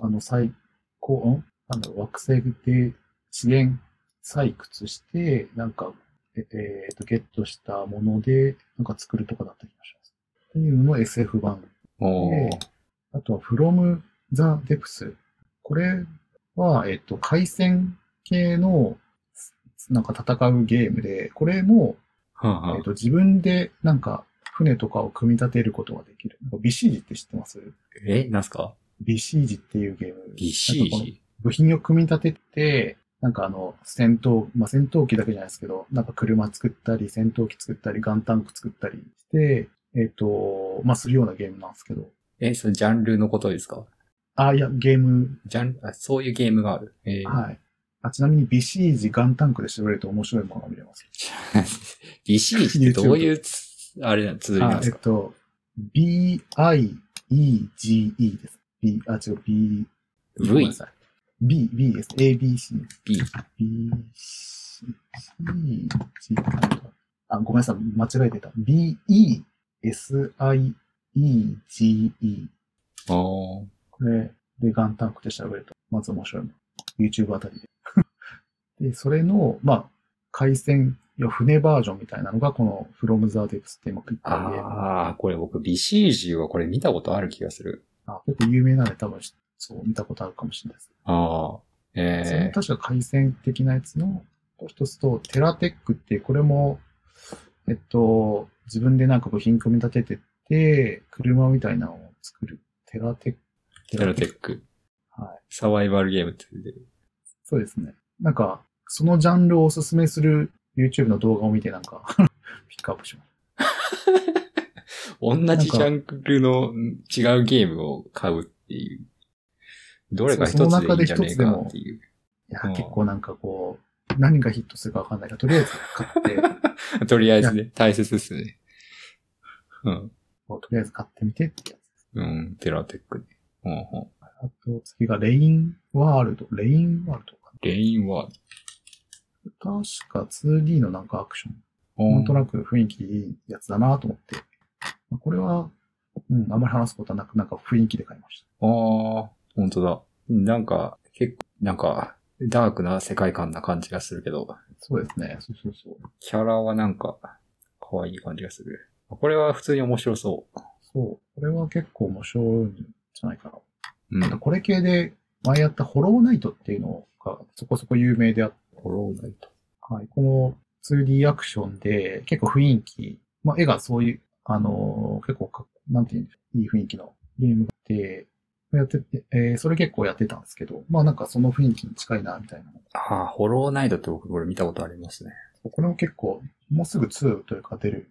Speaker 2: あの、最高、んなんだろう、惑星で資源採掘して、なんか、ええーと、ゲットしたもので、なんか作るとかだった気がします。っていうのの SF 版
Speaker 1: おー。
Speaker 2: あとは From the Depths。これは、えっと、回線系の、なんか戦うゲームで、これも、
Speaker 1: はんは
Speaker 2: えっ
Speaker 1: ん
Speaker 2: と、自分でなんか船とかを組み立てることができる。なんかビシージって知ってます
Speaker 1: え、なんすか
Speaker 2: ビシージっていうゲーム。なんかこの
Speaker 1: ?BCG?
Speaker 2: 部品を組み立てて、なんかあの、戦闘、まあ、戦闘機だけじゃないですけど、なんか車作ったり、戦闘機作ったり、ガンタンク作ったりして、えっ、と、まあ、するようなゲームなんですけど。
Speaker 1: え、それジャンルのことですか
Speaker 2: あ、いや、ゲーム
Speaker 1: ジャンル、あそういうゲームがある。えー
Speaker 2: はい。あちなみに、ビシージガンタンクで調べると面白いものが見れます。
Speaker 1: BCG ってどういうつ、あれなの、綴りなん
Speaker 2: あ
Speaker 1: です
Speaker 2: えっ
Speaker 1: か
Speaker 2: と、B-I-E-G-E です。B、あ、違う、B、ごめん
Speaker 1: ?V
Speaker 2: な、さい B、B です。A、B、C。
Speaker 1: B。
Speaker 2: B、C、C、G あ、ごめんなさい。間違えてた。B、E、S、I、E、G、E。
Speaker 1: おー。
Speaker 2: これでガンタンクで調べると、まず面白いの。YouTube あたりで。 で、それの、まあ、回線、いや、船バージョンみたいなのが、この From the Depths って今ピッカーゲーム。
Speaker 1: ああ、これ僕 BCG はこれ見たことある気がする。
Speaker 2: あ結構有名なんで多分、そう、見たことあるかもしれないです。
Speaker 1: ああ。
Speaker 2: それも
Speaker 1: ええ
Speaker 2: 確か回線的なやつの一つと、テラテックって、これも、えっと、自分でなんか部品組み立ててて、車みたいなのを作る。テラテック。
Speaker 1: ー、テラテック。
Speaker 2: はい。
Speaker 1: サバイバルゲームって出てる。
Speaker 2: そうですね。なんか、そのジャンルをおすすめする YouTube の動画を見てなんか、 ピックアップしまし
Speaker 1: 同じジャンルのん違うゲームを買うっていう。どれか一
Speaker 2: そうそ
Speaker 1: つ
Speaker 2: の
Speaker 1: でいいん
Speaker 2: 中
Speaker 1: じゃね
Speaker 2: で
Speaker 1: えかなっていう。
Speaker 2: た。い
Speaker 1: うん
Speaker 2: や、結構なんかこう、何がヒットするかわかんないから、とりあえず買っ て、
Speaker 1: とりあえずね、大切ですね。うん。
Speaker 2: こうとりあえず買ってみてってやつ。
Speaker 1: うん、テラテックね。うんうん、
Speaker 2: あと、次がレインワールド。レインワールドか
Speaker 1: レインワール
Speaker 2: な。確か 2D のなんかアクション。
Speaker 1: ド。
Speaker 2: なんとなく雰囲気いいやつだなと思って。まあこれは、うん、あんまり話すことはなく、なんか雰囲気で買いまし
Speaker 1: あ
Speaker 2: た。
Speaker 1: あ、本当だ。なんか、結構、なんか、ダークな世界観な感じがするけど、
Speaker 2: そうですね。そうそうそう。
Speaker 1: キャラはなんか、可愛い感じがする。これは普通に面白そ
Speaker 2: そう。これは結構面白いんじゃないかな。
Speaker 1: う。うん。
Speaker 2: あとこれ系で前やったホローナイトっていうのがそこそこ有名であって、
Speaker 1: フォローナイト。
Speaker 2: はい、この 2D アクションで結構雰囲気、まあ、絵がそういう、あのー結構か、なんていうんでしょう、いい雰囲気のゲームがあって、やってて、えーそれ結構やってたんですけど、まあなんかその雰囲気に近いな、みたいな。
Speaker 1: ああ、フォローナイトって僕これ見たことありますね。
Speaker 2: これも結構、もうすぐ2というか出る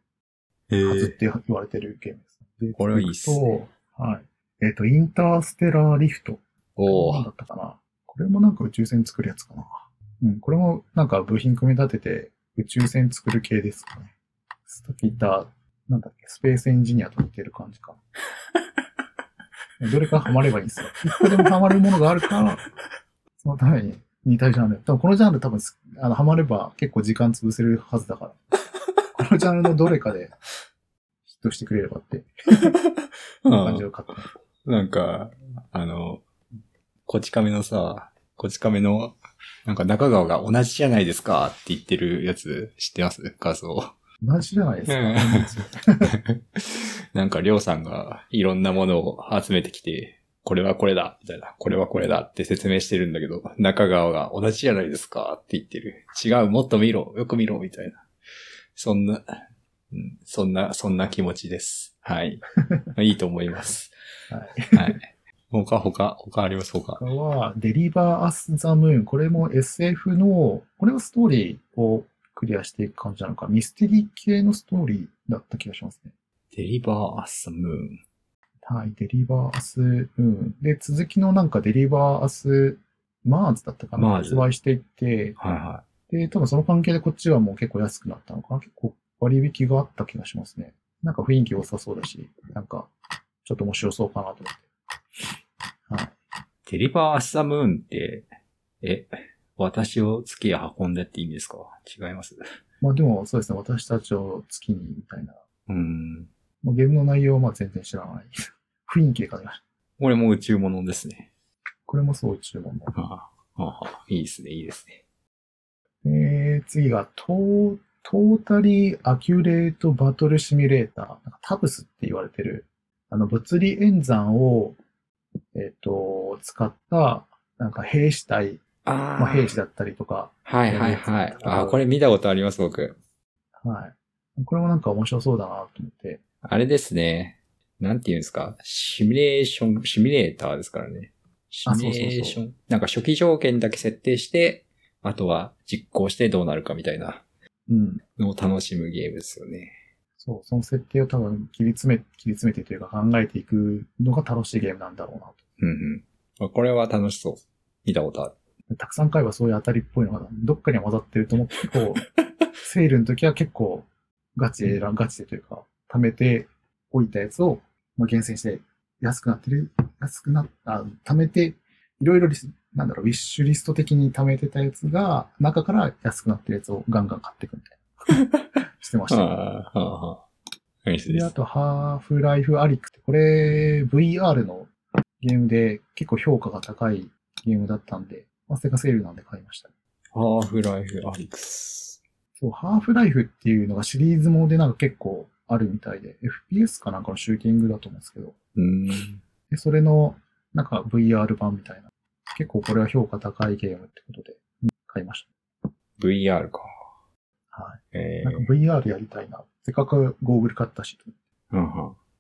Speaker 1: え
Speaker 2: はずって言われてるゲームです。で
Speaker 1: これはいいっすね
Speaker 2: 続くとはい。えっ、と、インターステラーリフト
Speaker 1: おお
Speaker 2: なんだったかな。これもなんか宇宙船作るやつかな。うん、これもなんか部品組み立てて宇宙船作る系ですかね。さっき言った、なんだっけ、スペースエンジニアと似てる感じか。どれかハマればいいんですよ。一個でもハマるものがあるから、そのために似たジャンル。多分このジャンル多分すあのハマれば結構時間潰せるはずだから。このジャンルのどれかでヒットしてくれればって感じを買ってます。
Speaker 1: なんか、あの、こち亀のさ、こち亀の、なんか中川が同じじゃないですかって言ってるやつ知ってます画像。
Speaker 2: 同じじゃないですか。
Speaker 1: なんか、りょうさんがいろんなものを集めてきて、これはこれだ、みたいな、これはこれだって説明してるんだけど、中川が同じじゃないですかって言ってる。違う、もっと見ろ、よく見ろ、みたいな。そんな、うん そんな、そんな気持ちです。はい。いいと思います。
Speaker 2: はい
Speaker 1: はい。他、他、他あります、他。
Speaker 2: 他は、デリバー・アス・ザ・ムーン。これも SF の、これはストーリーをクリアしていく感じなのか、ミステリー系のストーリーだった気がしますね。
Speaker 1: デリバーアッサムーン。
Speaker 2: はい、デリバー・アス・ムーン。で、続きのなんかデリバー・アス・マーズだったかな
Speaker 1: マーズ
Speaker 2: 発売していって、
Speaker 1: はいは
Speaker 2: で、多分その関係でこっちはもう結構安くなったのかな結構割引があった気がしますね。なんか雰囲気良さそうだし、なんかちょっと面白そうかなと思って。はい。
Speaker 1: い。デリバーアッサムーンって、え、私を月へ運んでって意味ですか違います。
Speaker 2: まあでもそうですね、私たちを月にみたいな。
Speaker 1: うーん。
Speaker 2: まあ、ゲームの内容はまあ全然知らない。 雰囲気で感じました。
Speaker 1: これも宇宙物ですね。
Speaker 2: これもそう注文の。
Speaker 1: ああ、ああ、いいですね、いいですね。
Speaker 2: えー、次が、トー、トータリーアキュレートバトルシミュレーター。なんかタブスって言われてる。あの、物理演算を、えっ、と、使った、なんか兵士隊、
Speaker 1: あ
Speaker 2: まあ、兵士だったりとか、
Speaker 1: はいはいはい。あ、これ見たことあります、僕。
Speaker 2: はい。これもなんか面白そうだなと思って。
Speaker 1: あれですね。なんて言うんですか。シミュレーション、シミュレーターですからね。シ
Speaker 2: あ
Speaker 1: ミュレー
Speaker 2: そう
Speaker 1: シ
Speaker 2: そ
Speaker 1: ョン。なんか初期条件だけ設定して、あとは実行してどうなるかみたいな
Speaker 2: うん。
Speaker 1: のを楽しむゲームですよね。
Speaker 2: そう、その設定を多分切り詰め、切り詰めてというか考えていくのが楽しいゲームなんだろうなと。
Speaker 1: うんうん。これは楽しそう。見たことある。
Speaker 2: たくさん買えばそういう当たりっぽいのが、どっかには混ざってると思って、こう、セールの時は結構、ガチで、ガチでというか、貯めておいたやつを、まあ、厳選して、安くなってる、安くなっあ、貯めて、いろいろリス、なんだろう、ウィッシュリスト的に貯めてたやつが、中から安くなってるやつをガンガン買っていくみたいな、してまし
Speaker 1: あ あ、
Speaker 2: た。
Speaker 1: ああ。ナイスで
Speaker 2: で、あ
Speaker 1: す。
Speaker 2: と、ハーフライフアリックって、これ、VR のゲームで結構評価が高いゲームだったんで、まあ、セガセールなんで買いました。
Speaker 1: ハーフライフアリクス。
Speaker 2: そう、ハーフライフっていうのがシリーズものでなんか結構あるみたいで、FPS かなんかのシューティングだと思うんですけど、
Speaker 1: うーん。
Speaker 2: でそれのなんか VR 版みたいな、結構これは評価高いゲームってことで、うん買いまし
Speaker 1: VR か。
Speaker 2: た。は
Speaker 1: え
Speaker 2: い。
Speaker 1: え
Speaker 2: なんか VR やりたいな。せっかくゴーグル買ったし。
Speaker 1: うんうん。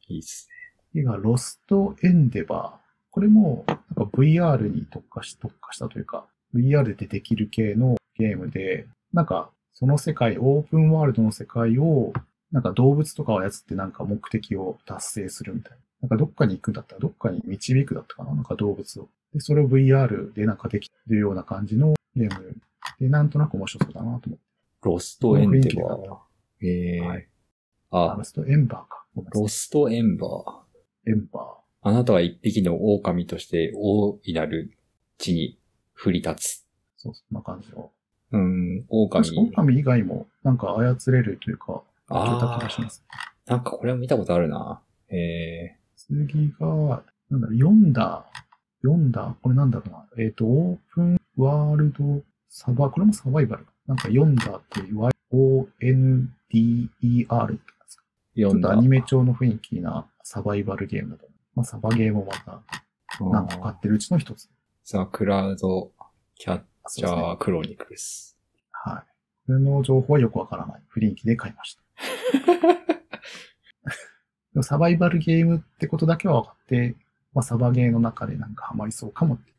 Speaker 1: いいっす
Speaker 2: 次がロストエンデバー。これもなんか VR に特化し、特化したというか、VR でできる系のゲームで、なんかその世界、オープンワールドの世界を、なんか動物とかを操ってなんか目的を達成するみたいな。なんかどっかに行くんだったらどっかに導くだったかななんか動物を。で、それを VR でなんかできるような感じのゲームで、なんとなく面白そうだなと思って。
Speaker 1: ロストエンデ
Speaker 2: こ
Speaker 1: バ
Speaker 2: の雰囲気で買っ
Speaker 1: ー。ええ
Speaker 2: はい
Speaker 1: あ
Speaker 2: あ、ロストエンバーか。ごめんなさ
Speaker 1: ロストエンバー。
Speaker 2: いエンバ
Speaker 1: あなたは一匹の狼として大いなる地に降り立つ。
Speaker 2: ー。そう、そんな感じの。
Speaker 1: うん、狼。
Speaker 2: 確か狼以外もなんか操れるというか、聞いた気がし
Speaker 1: あ
Speaker 2: ま
Speaker 1: あ、
Speaker 2: す。
Speaker 1: なんかこれも見たことあるな。え
Speaker 2: 次が、なんだろう、読んだ、読んだ、これなんだろうな、えっ、と、オープンワールドサバ、これもサバイバルか。なんか読んだって、Y- O-N-D-E-R ってやつか
Speaker 1: ー、
Speaker 2: ちょ
Speaker 1: 読
Speaker 2: っ
Speaker 1: ん
Speaker 2: と
Speaker 1: だ。
Speaker 2: アニメ調の雰囲気なサバイバルゲームだと思う。まあ、サバゲーもまた
Speaker 1: うん
Speaker 2: 何個か買ってるうちの一つ。
Speaker 1: ザ・クラウド・キャッ
Speaker 2: あそ
Speaker 1: チ
Speaker 2: うですね。
Speaker 1: ャー・クロニクルス。
Speaker 2: はい。これの情報はよくわからない。不臨機で買いました。でもサバイバルゲームってことだけは分かって、まあ、サバゲーの中でなんかハマりそうかもって。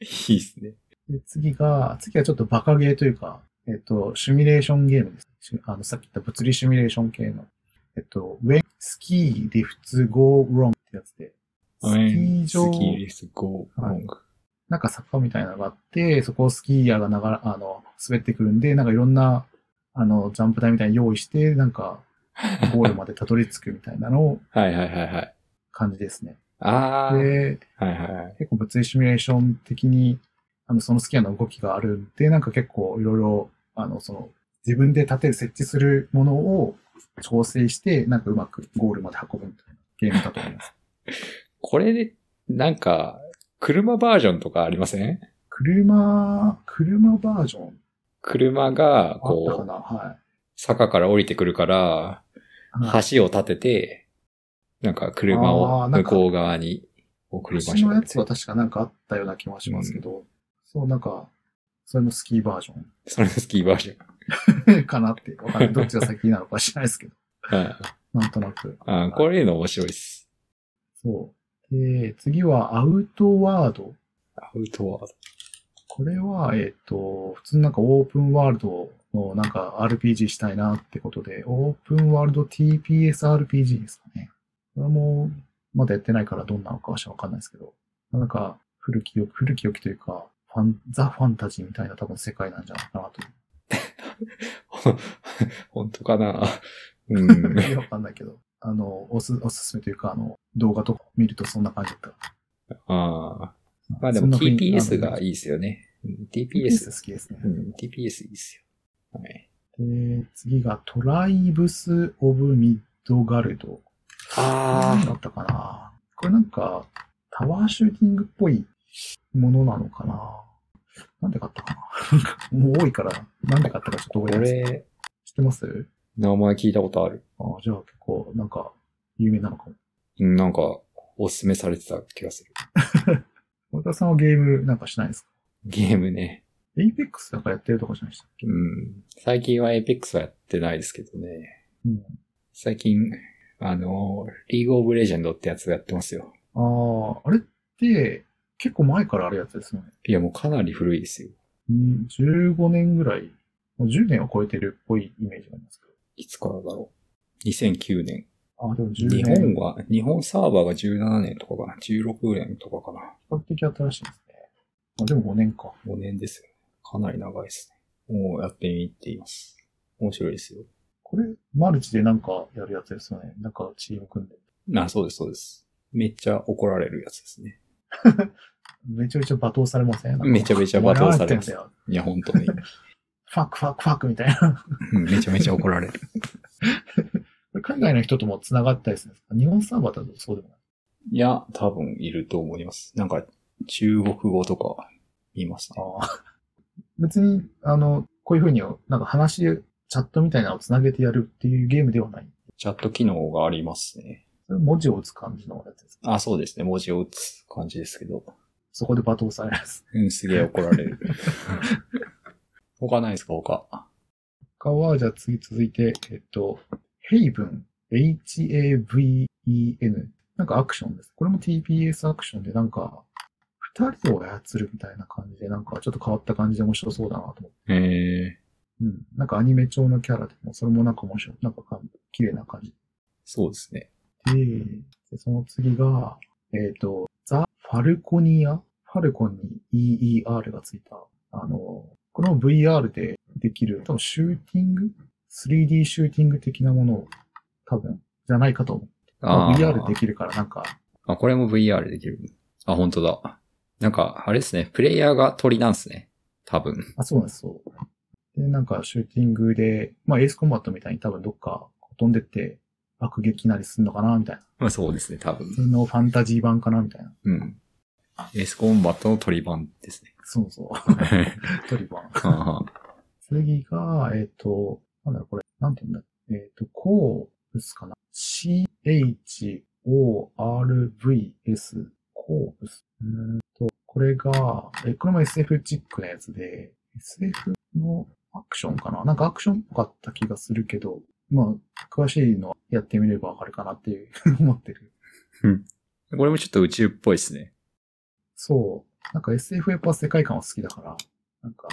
Speaker 1: いいっすね。
Speaker 2: で次が、次はちょっとバカゲーというか、えっと、シミュレーションゲームです。シあの、さっき言った物理シミュレーション系の。えっと、When Ski Lifts Go Wrong ってやつで、スキー場
Speaker 1: スキーリス・ゴー・ロング。
Speaker 2: なんか坂みたいなのがあって、そこをスキーヤーがながら、あの、滑ってくるんで、なんかいろんな、あの、ジャンプ台みたいに用意して、なんか、ゴールまでたどり着くみたいなのを
Speaker 1: はいはいはいはい。
Speaker 2: 感じですね。
Speaker 1: あー、
Speaker 2: で、
Speaker 1: はいはいはい。
Speaker 2: 結構物理シミュレーション的に、あの、そのスキーヤーの動きがあるんで、なんか結構いろいろ、あの、その、自分で立てる、設置するものを調整して、なんかうまくゴールまで運ぶみたいなゲームだと思います。
Speaker 1: これで、なんか、車バージョンとかありません
Speaker 2: 車、車バージョン
Speaker 1: 車が、
Speaker 2: あったか
Speaker 1: こう、
Speaker 2: なは
Speaker 1: 坂から降りてくるから、
Speaker 2: い。はい
Speaker 1: 橋を立てて、なんか車
Speaker 2: あ
Speaker 1: を
Speaker 2: ーなん
Speaker 1: 向
Speaker 2: か
Speaker 1: こう側に送りま
Speaker 2: 昔
Speaker 1: しょ
Speaker 2: の
Speaker 1: う
Speaker 2: やつは確かなんかあったような気はしますけど、そう、なんか、それのスキーバージ
Speaker 1: それのスキーバージ
Speaker 2: ョン かなって、わかんない。どっちが先なのか知らないですけど、
Speaker 1: ョン。はい
Speaker 2: なんとなく。
Speaker 1: あーこういうの面白いっす。
Speaker 2: そう。で、次はアウトワード。
Speaker 1: アウトワー
Speaker 2: これは、えっ、と、普通になんかオープンワールドのなんか RPG したいなってことで、オープンワールド TPSRPG ですかね。これも、まだやってないからどんなのかはしわかんないですけど、なんか古き良き、古き良きというか、ファン、ザ・ファンタジーみたいな多分世界なんじゃないかな
Speaker 1: ド。本当かな うん。
Speaker 2: と。わかんないけど、あの、おす、おすすめというか、あの、動画とか見るとそんな感じだった。
Speaker 1: ああ。まあで
Speaker 2: そん
Speaker 1: も
Speaker 2: な雰囲気
Speaker 1: TPS がいいですよね。うん TPS。
Speaker 2: 好きですね。
Speaker 1: うん、TPS いいですよ。はい。
Speaker 2: で、次がトライブス・オブ・ミッドガルド。なんだ
Speaker 1: あ
Speaker 2: ったかな。これなんか、タワーシューティングっぽいものなのかな。なんで買ったかな。なんかもう多いから、なんで買ったかちょっと
Speaker 1: こ
Speaker 2: 覚えてないです。
Speaker 1: れ、
Speaker 2: 知ってます
Speaker 1: 名前聞いたことある。
Speaker 2: あじゃあ結構、なんか、有名なのかも。
Speaker 1: うんなんか、おすすめされてた気がする。
Speaker 2: 小田さんはゲームなんかしないですか
Speaker 1: ゲームね。
Speaker 2: エイペックスなんかやってるとかじゃないでしたっけ
Speaker 1: うん。最近は Apex はやってないですけどね。
Speaker 2: うん
Speaker 1: 最近、あの、リーグオブレジェンドってやつやってますよ。
Speaker 2: ああ、あれって、結構前からあるやつですよね。
Speaker 1: いや、もうかなり古いですよ。
Speaker 2: うん15年ぐらい、もう10年を超えてるっぽいイメージがありますけ
Speaker 1: いつからだろう。2009年。
Speaker 2: ど。あ、でも10
Speaker 1: 日
Speaker 2: 年。
Speaker 1: 本は、日本サーバーが17年とかかな。16年とかかな。
Speaker 2: 比較的新しいですね。あでも5年か。
Speaker 1: 5年ですよ。かなり長いですね。もうやってみています。面白いですよ。
Speaker 2: これ、マルチでなんかやるやつですよね。なんかチーム組んで。
Speaker 1: あ、そうです、そうです。めっちゃ怒られるやつですね。
Speaker 2: めちゃめちゃ罵倒されませんなんか
Speaker 1: めちゃめちゃ罵倒されます
Speaker 2: お前らやってんだよ
Speaker 1: いや、本 当に。
Speaker 2: ファックファックファックみたいな。
Speaker 1: うんめちゃめちゃ怒られる。
Speaker 2: これ海外の人とも繋がったりするんですか日本サーバーだとそうでもない。
Speaker 1: いや、多分いると思います。なんか、中国語とか言いますね。
Speaker 2: ああ。別に、あの、こういうふうに、なんか話、チャットみたいなのを繋げてやるっていうゲームではない。
Speaker 1: チャット機能がありますね。
Speaker 2: それ文字を打つ感じのやつです。
Speaker 1: あ、そうですね。文字を打つ感じですけど。
Speaker 2: そこで罵倒されます。
Speaker 1: うん、すげえ怒ら れる。他ないですか他。
Speaker 2: 他は、じゃあ次続いて、えっと、ヘイブン、H-A-V-E-N。なんかアクションです。これも TPS アクションで、なんか、二人を操るみたいな感じで、なんかちょっと変わった感じで面白そうだなと思って。
Speaker 1: えー、
Speaker 2: うん。なんかアニメ調のキャラでも、それもなんか面白い。なんかかん綺麗な感じ。
Speaker 1: そうですね。
Speaker 2: で、でその次が、えっ、と、ザ・ファルコニアファルコンに EER がついた。あの、この VR でできる、多分シューティング ?3D シューティング的なものを、多分、じゃないかと思う。まあ
Speaker 1: あー
Speaker 2: VR できるからなんか、
Speaker 1: あ、これも VR できる。あ、本当だ。なんか、あれですね。プレイヤーが鳥なんですね。多分。
Speaker 2: あ、そうなんです、そう。で、なんかシューティングで、まあエースコンバットみたいに多分どっか飛んでって爆撃なりすんのかな、みたいな。
Speaker 1: まあそうですね、多分
Speaker 2: 普。通のファンタジー版かな、みたいな。
Speaker 1: うん。エスコンバットの鳥版です ね。
Speaker 2: そうそう。トリバー。
Speaker 1: はんはん
Speaker 2: 次が、えっ、と、なんだろう、これ、なんて言うんだえっ、と、コーブスかな ?C-H-O-R-V-S。コーブス。うーんと、これが、え、これも SF チックなやつで、SF のアクションかななんかアクションっぽかった気がするけど、まあ、詳しいのはやってみればわかるかなっていう思ってる。
Speaker 1: これもちょっと宇宙っぽいですね。
Speaker 2: そう。なんか SF やっぱ世界観は好きだから、なんか、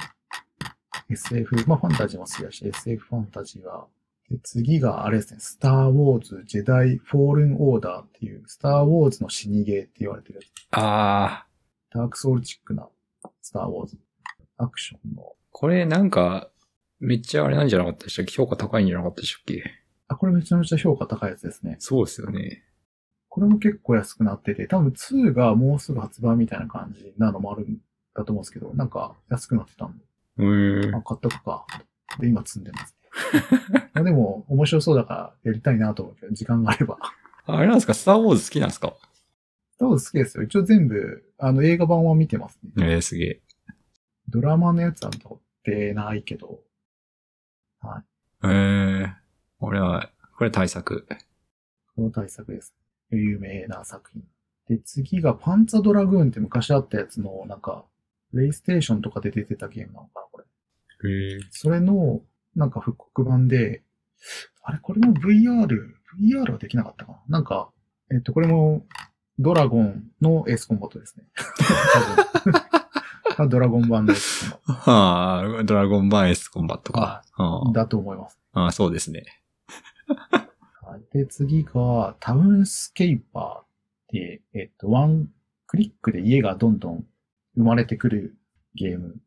Speaker 2: SF、まあファンタジーも好きだし、SF ファンタジーは。で、次があれですね、スター・ウォーズ・ジェダイ・フォールン・オーダーっていう、スター・ウォーズの死にゲーって言われてるやつ。
Speaker 1: あー、
Speaker 2: ダークソウルチックなスター・ウォーズ。アクションの。
Speaker 1: これなんか、めっちゃあれなんじゃなかったでしたっけ評価高いんじゃなかったでしたっけ
Speaker 2: あ、これめちゃめちゃ評価高いやつですね。
Speaker 1: そうですよね。
Speaker 2: これも結構安くなってて、多分2がもうすぐ発売みたいな感じなのもあるんだと思うんですけど、なんか安くなってたんで。
Speaker 1: うーん。
Speaker 2: あ、買っとくか。で、今積んでますね。 まあでも、面白そうだからやりたいなと思うけど、時間があれば。
Speaker 1: あれなんですかスターウォーズ好きなんですか
Speaker 2: 多分好きですよ。一応全部、あの、映画版は見てますね。
Speaker 1: えー、すげえ。
Speaker 2: ドラマのやつは見たことないけど。
Speaker 1: えー、これは、これ対策。
Speaker 2: この大作です。有名な作品。で、次がパンツァドラグーンって昔あったやつの、なんか、プレイステーションとかで出てたゲームなのかな、これ。
Speaker 1: えー、
Speaker 2: それの、なんか復刻版で、あれ、これも VR、VR はできなかったかななんか、えっと、これもドラゴンのエースコンバットですね。多分 がドラゴン版のエースコンバッ
Speaker 1: はあ、ドラゴンバーエースコンバットか。あ
Speaker 2: トだと思います。
Speaker 1: あああ、そうですね。
Speaker 2: はいで、次が、タウンスケーパーって、えっと、ワンクリックで家がどんどん生まれてくるゲーム。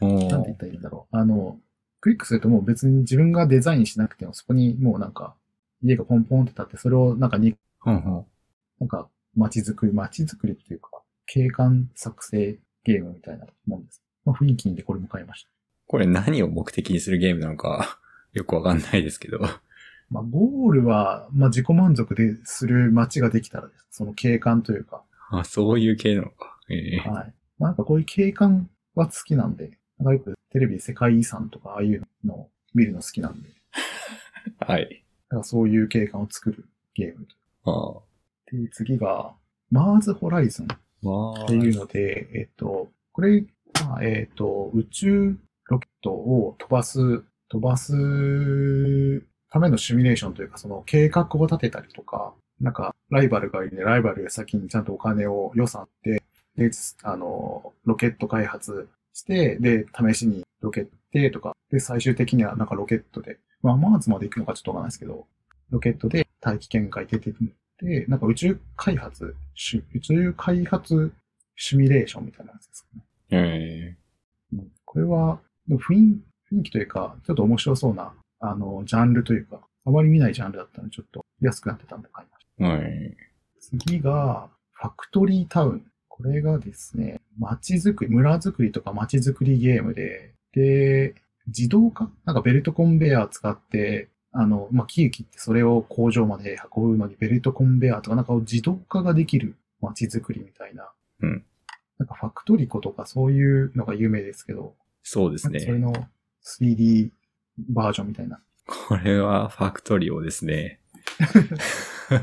Speaker 1: お
Speaker 2: なん
Speaker 1: ー
Speaker 2: て言ったらいいんだろう。あの、クリックするともう別に自分がデザインしなくても、そこにもうなんか、家がポンポンって立って、それをなんかに、
Speaker 1: ほんほん
Speaker 2: なんか、街づくり、街づくりっていうか、景観作成ゲームみたいなもんです。まあ、雰囲気にでこれも買いました。
Speaker 1: これ何を目的にするゲームなのか、よくわかんないですけど。
Speaker 2: まあ、ゴールは、まあ、自己満足でする街ができたらです。その景観というか、
Speaker 1: あそういう系なのか。ええ
Speaker 2: はい。まあ、なんかこういう景観は好きなんで、なんかよくテレビ世界遺産とかああいうのを見るの好きなんで、だ
Speaker 1: はい。
Speaker 2: からそういう景観を作るゲーム。
Speaker 1: ああ。
Speaker 2: で、次が、マーズホライズンっ
Speaker 1: わあ
Speaker 2: ていうので、えっと、これ、まあ、えっと、宇宙ロケットを飛ばす、飛ばすためのシミュレーションというか、その計画を立てたりとか、なんか、ライバルがいて、ライバルより先にちゃんとお金を予算って、で、あの、ロケット開発して、で、試しにロケットでとか、で、最終的にはなんかロケットで、まあ、マーズまで行くのかちょっとわかんないですけど、ロケットで大気圏外出てで、なんか宇宙開発、し宇宙開発シミュレーションみたいなやつですかね。
Speaker 1: ええ
Speaker 2: うんこれは、でも雰囲雰囲気というか、ちょっと面白そうな、あの、ジャンルというか、あまり見ないジャンルだったので、ちょっと安くなってたんで買いまし
Speaker 1: はい。
Speaker 2: た。次が、ファクトリータウン。これがですね、街づくり、村づくりとか街づくりゲームで、で、自動化なんかベルトコンベヤー使って、あの、まあ、木々切ってそれを工場まで運ぶのにベルトコンベヤーとかなんか自動化ができる街づくりみたいな。
Speaker 1: うん
Speaker 2: なんかファクトリコとかそういうのが有名ですけど、
Speaker 1: そうです
Speaker 2: なんかそれ
Speaker 1: ね。
Speaker 2: の 3D バージョンみたいな。
Speaker 1: これはファクトリオですね。
Speaker 2: ファ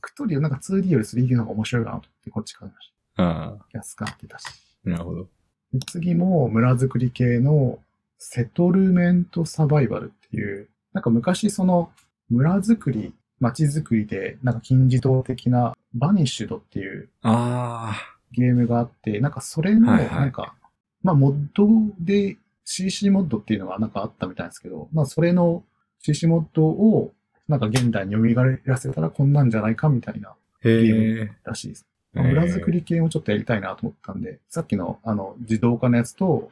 Speaker 2: クトリーなんか 2D より 3D の方が面白いかなと思ってこっち買いまし
Speaker 1: あ
Speaker 2: た。安くなってたし。
Speaker 1: あ、なるほど。
Speaker 2: で次も村づくり系のセトルメントサバイバルっていう、なんか昔その村づくり、街づくりでなんか金字塔的なバニッシュドっていう
Speaker 1: あ
Speaker 2: ゲームがあって、なんかそれの、
Speaker 1: はいはい
Speaker 2: なんか、まあモッドで CC モッドっていうのがなんかあったみたいですけど、まあそれの CC モッドをなんか現代に蘇らせたらこんなんじゃないかみたいな
Speaker 1: あ、
Speaker 2: ゲ
Speaker 1: へえ。
Speaker 2: らしいです。
Speaker 1: えー
Speaker 2: 村づくり系をちょっとやりたいなと思ったんで、さっきのあの自動化のやつと、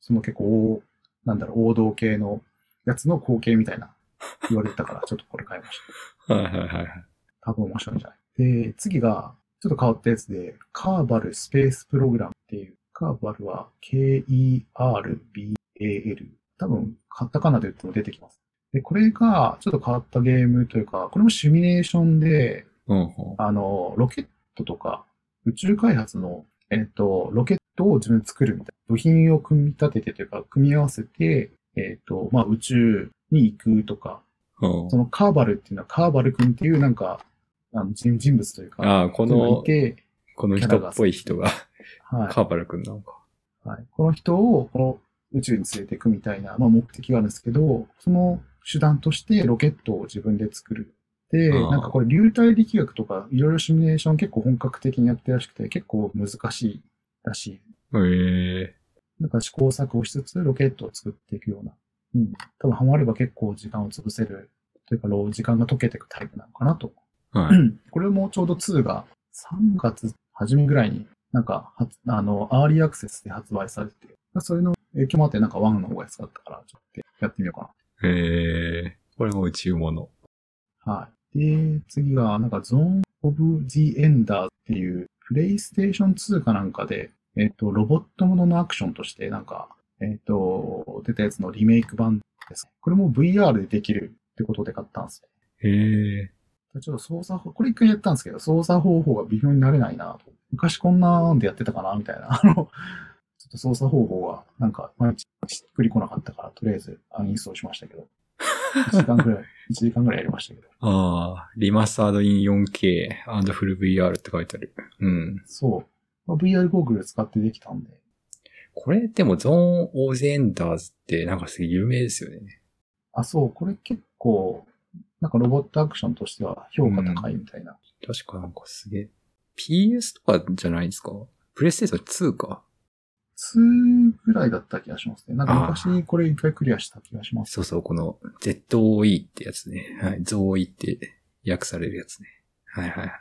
Speaker 2: その結構大、なんだろう、王道系のやつの後継みたいな言われてたから、 ちょっとこれ買いまし
Speaker 1: はいはいはいはい。
Speaker 2: た。多分面白いんじゃないで、次が、ちょっと変わったやつで、カーバルスペースプログラムっていう、カーバルは K-E-R-B-A-L。多分、カタカナで言っても出てきます。で、これが、ちょっと変わったゲームというか、これもシミュレーションで、
Speaker 1: うんほ
Speaker 2: あの、ロケットとか、宇宙開発の、えっ、と、ロケットを自分で作るみたいな。部品を組み立ててというか、組み合わせて、えっ、と、まあ、宇宙に行くとか、
Speaker 1: ん。
Speaker 2: そのカーバルっていうのは、カーバル君っていうなんか、あの人人物というか、
Speaker 1: ああ、こ
Speaker 2: っていうがい
Speaker 1: の、
Speaker 2: て、
Speaker 1: この人っぽい人が、
Speaker 2: はい、
Speaker 1: カーバル君なのか。
Speaker 2: はい。この人をこの宇宙に連れていくみたいな、まあ、目的があるんですけど、その手段としてロケットを自分で作る。で、
Speaker 1: ああ
Speaker 2: なんかこれ流体力学とかいろいろシミュレーション結構本格的にやってるらしくて結構難しいらしい。
Speaker 1: へえ。
Speaker 2: なんか試行錯誤しつつロケットを作っていくような。うん。多分ハマれば結構時間を潰せる。というか、ロー時間が解けていくタイプなのかなと
Speaker 1: は
Speaker 2: う
Speaker 1: い。
Speaker 2: んこれもちょうど2が3月初めぐらいになんかはつ、あの、アーリーアクセスで発売されてて、それの影響もあってなんか1の方が安かったから、ちょっとやってみようか
Speaker 1: へえ。これも宇宙もの。
Speaker 2: な。はい。で、次がなんかゾーン・オブ・ジ・エンダーっていう、プレイステーション2かなんかで、えっ、と、ロボットもののアクションとしてなんか、えっ、と、出たやつのリメイク版です。これも VR でできるってことで買ったんですよ。
Speaker 1: へえ。
Speaker 2: ちょっと操作法、これ一回やったんですけど、操作方法が微妙になれないなと。昔こんなんでやってたかなみたいな。あ の、ちょっと操作方法が、なんか、毎日しっくりこなかったから、とりあえずアンインストールしましたけど。1時間ぐらい、 一時間ぐらいやりましたけど。
Speaker 1: ああ、リマスタードイン 4K& フル VR って書いてある。うん。
Speaker 2: そう。まあ、VR ゴーグル使ってできたんで。
Speaker 1: これでもゾーン・オーゼ・エンダーズってなんかすげえ有名ですよね。
Speaker 2: あ、そう、これ結構、なんかロボットアクションとしては評価高いみたいな。
Speaker 1: 確かなんかすげえ。PS とかじゃないですかプレイステーション2か。
Speaker 2: 2ぐらいだった気がしますね。なんか昔これ一回クリアした気がします。
Speaker 1: そうそう、この ZOE ってやつね。はい。ZOE って訳されるやつね。はいはいはい。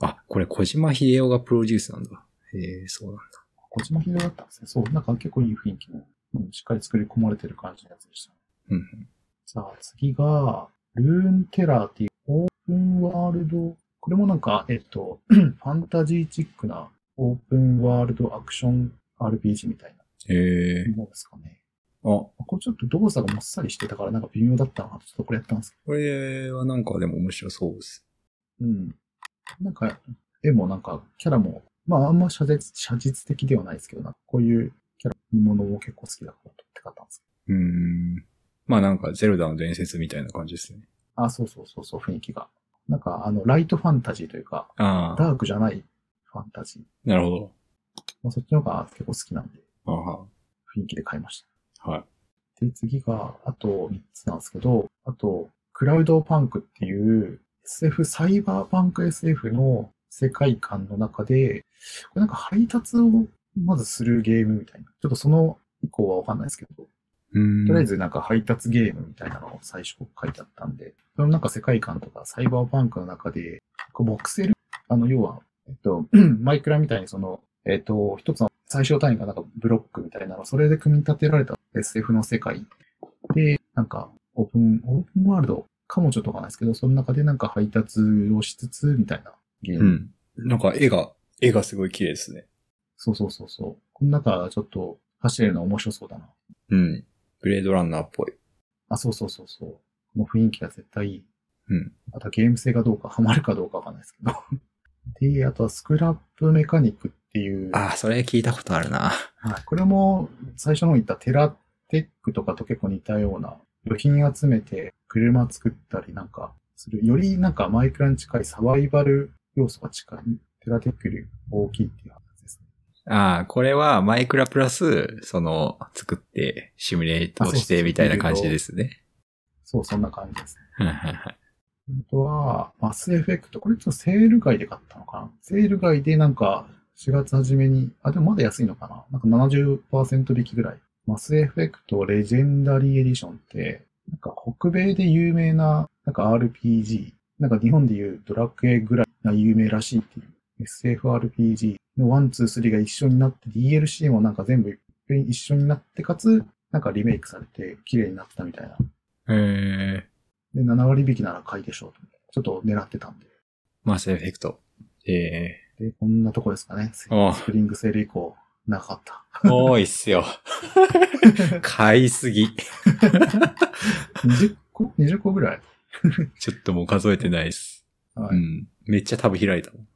Speaker 1: あ、これ小島秀夫がプロデュースなんだ。へえ、そうなんだ。
Speaker 2: こっちもひどだったんですね。そう。なんか結構いい雰囲気の、うんしっかり作り込まれてる感じのやつでした。
Speaker 1: うんうん。
Speaker 2: じゃあ次が、ルーンテラーっていうオープンワールド、これもなんか、えっと、 ファンタジーチックなオープンワールドアクション RPG みたい
Speaker 1: へえ
Speaker 2: な。ものですかね。
Speaker 1: あ、こ
Speaker 2: これちょっと動作がもっさりしてたからなんか微妙だったな。ちょっとこれやったんですけ
Speaker 1: れはなんかでも面白そうです。
Speaker 2: ど。うん。なんか、絵もなんか、キャラも、まああんま写実写実的ではないですけど、なんかこういうキャラ、見物も結構好きだからとって買ったんですけ
Speaker 1: うーん。まあなんかゼルダの伝説みたいな感じですね。
Speaker 2: ど。あ、そうそうそうそう、雰囲気が。なんか、あの、ライトファンタジーというか、
Speaker 1: ああ、
Speaker 2: ダークじゃないファンタジー。
Speaker 1: なるほ
Speaker 2: まあ、そっちの方が結構好きなんで、
Speaker 1: ど。あ
Speaker 2: 雰囲気で買いまし
Speaker 1: あ、はい。
Speaker 2: た。で、次が、あと3つなんですけど、あと、クラウドパンクっていう SF、サイバーパンク SF の世界観の中で、これなんか配達をまずするゲームみたいな。ちょっとその以降はわかんないですけど、
Speaker 1: うーん。
Speaker 2: とりあえずなんか配達ゲームみたいなのを最初書いてあったんで、そのなんか世界観とかサイバーパンクの中で、こうボクセル、あの、要は、えっと、 マイクラみたいにその、えっと、一つの最小単位がなんかブロックみたいなの、それで組み立てられた SF の世界で、なんかオープン、オープンワールドかもちょっとわかんないですけど、その中でなんか配達をしつつみたいなゲー
Speaker 1: う
Speaker 2: ム。
Speaker 1: ん。なんか絵が、絵がすごい綺麗ですね。
Speaker 2: そうそうそうそう。この中ちょっと走れるの面白そうだな。
Speaker 1: うん。ブレードランナーっぽい。
Speaker 2: あ、そうそうそうそう。この雰囲気が絶対いい。
Speaker 1: うん。
Speaker 2: あとはゲーム性がどうか、ハマるかどうかわかんないですけど。 で、あとはスクラップメカニックっていう、は
Speaker 1: ああ、それ聞いたことあるな。
Speaker 2: い、これも最初の方に言ったテラテックとかと結構似たような、部品集めて車作ったりなんかする、よりなんかマイクラに近いサバイバル要素が近い、テラテックより大きいっていう話ですね。
Speaker 1: ああ、これはマイクラプラス、その、作って、シミュレート
Speaker 2: あそう
Speaker 1: し
Speaker 2: そう
Speaker 1: てみたいな感じですね。
Speaker 2: そう、そんな感じですね。
Speaker 1: はいはいはい
Speaker 2: あとは、マスエフェクト。これちょっとセール外で買ったのかなセール外でなんか、4月初めに、あ、でもまだ安いのかななんか70%引きぐらい。マスエフェクトレジェンダリーエディションって、なんか北米で有名な、なんか RPG、なんか日本でいうドラクエぐらいが有名らしいっていう。SFRPG の1、2、3が一緒になって、DLC もなんか全部いっぺん一緒になって、かつ、なんかリメイクされて、綺麗になったみたいな。。
Speaker 1: えー、
Speaker 2: で、7割引きなら買いでしょうと。ちょっと狙ってたんで。
Speaker 1: マスエフェクト。え
Speaker 2: で、こんなとこですかね。ス
Speaker 1: ー、お
Speaker 2: プリングセール以降、なかった。
Speaker 1: ー、多いっすよ。買いすぎ。
Speaker 2: 20個 ?20 個ぐらい
Speaker 1: ちょっともう数えてないっす。
Speaker 2: は
Speaker 1: う
Speaker 2: い。
Speaker 1: ん。めっちゃタブ開いたもん。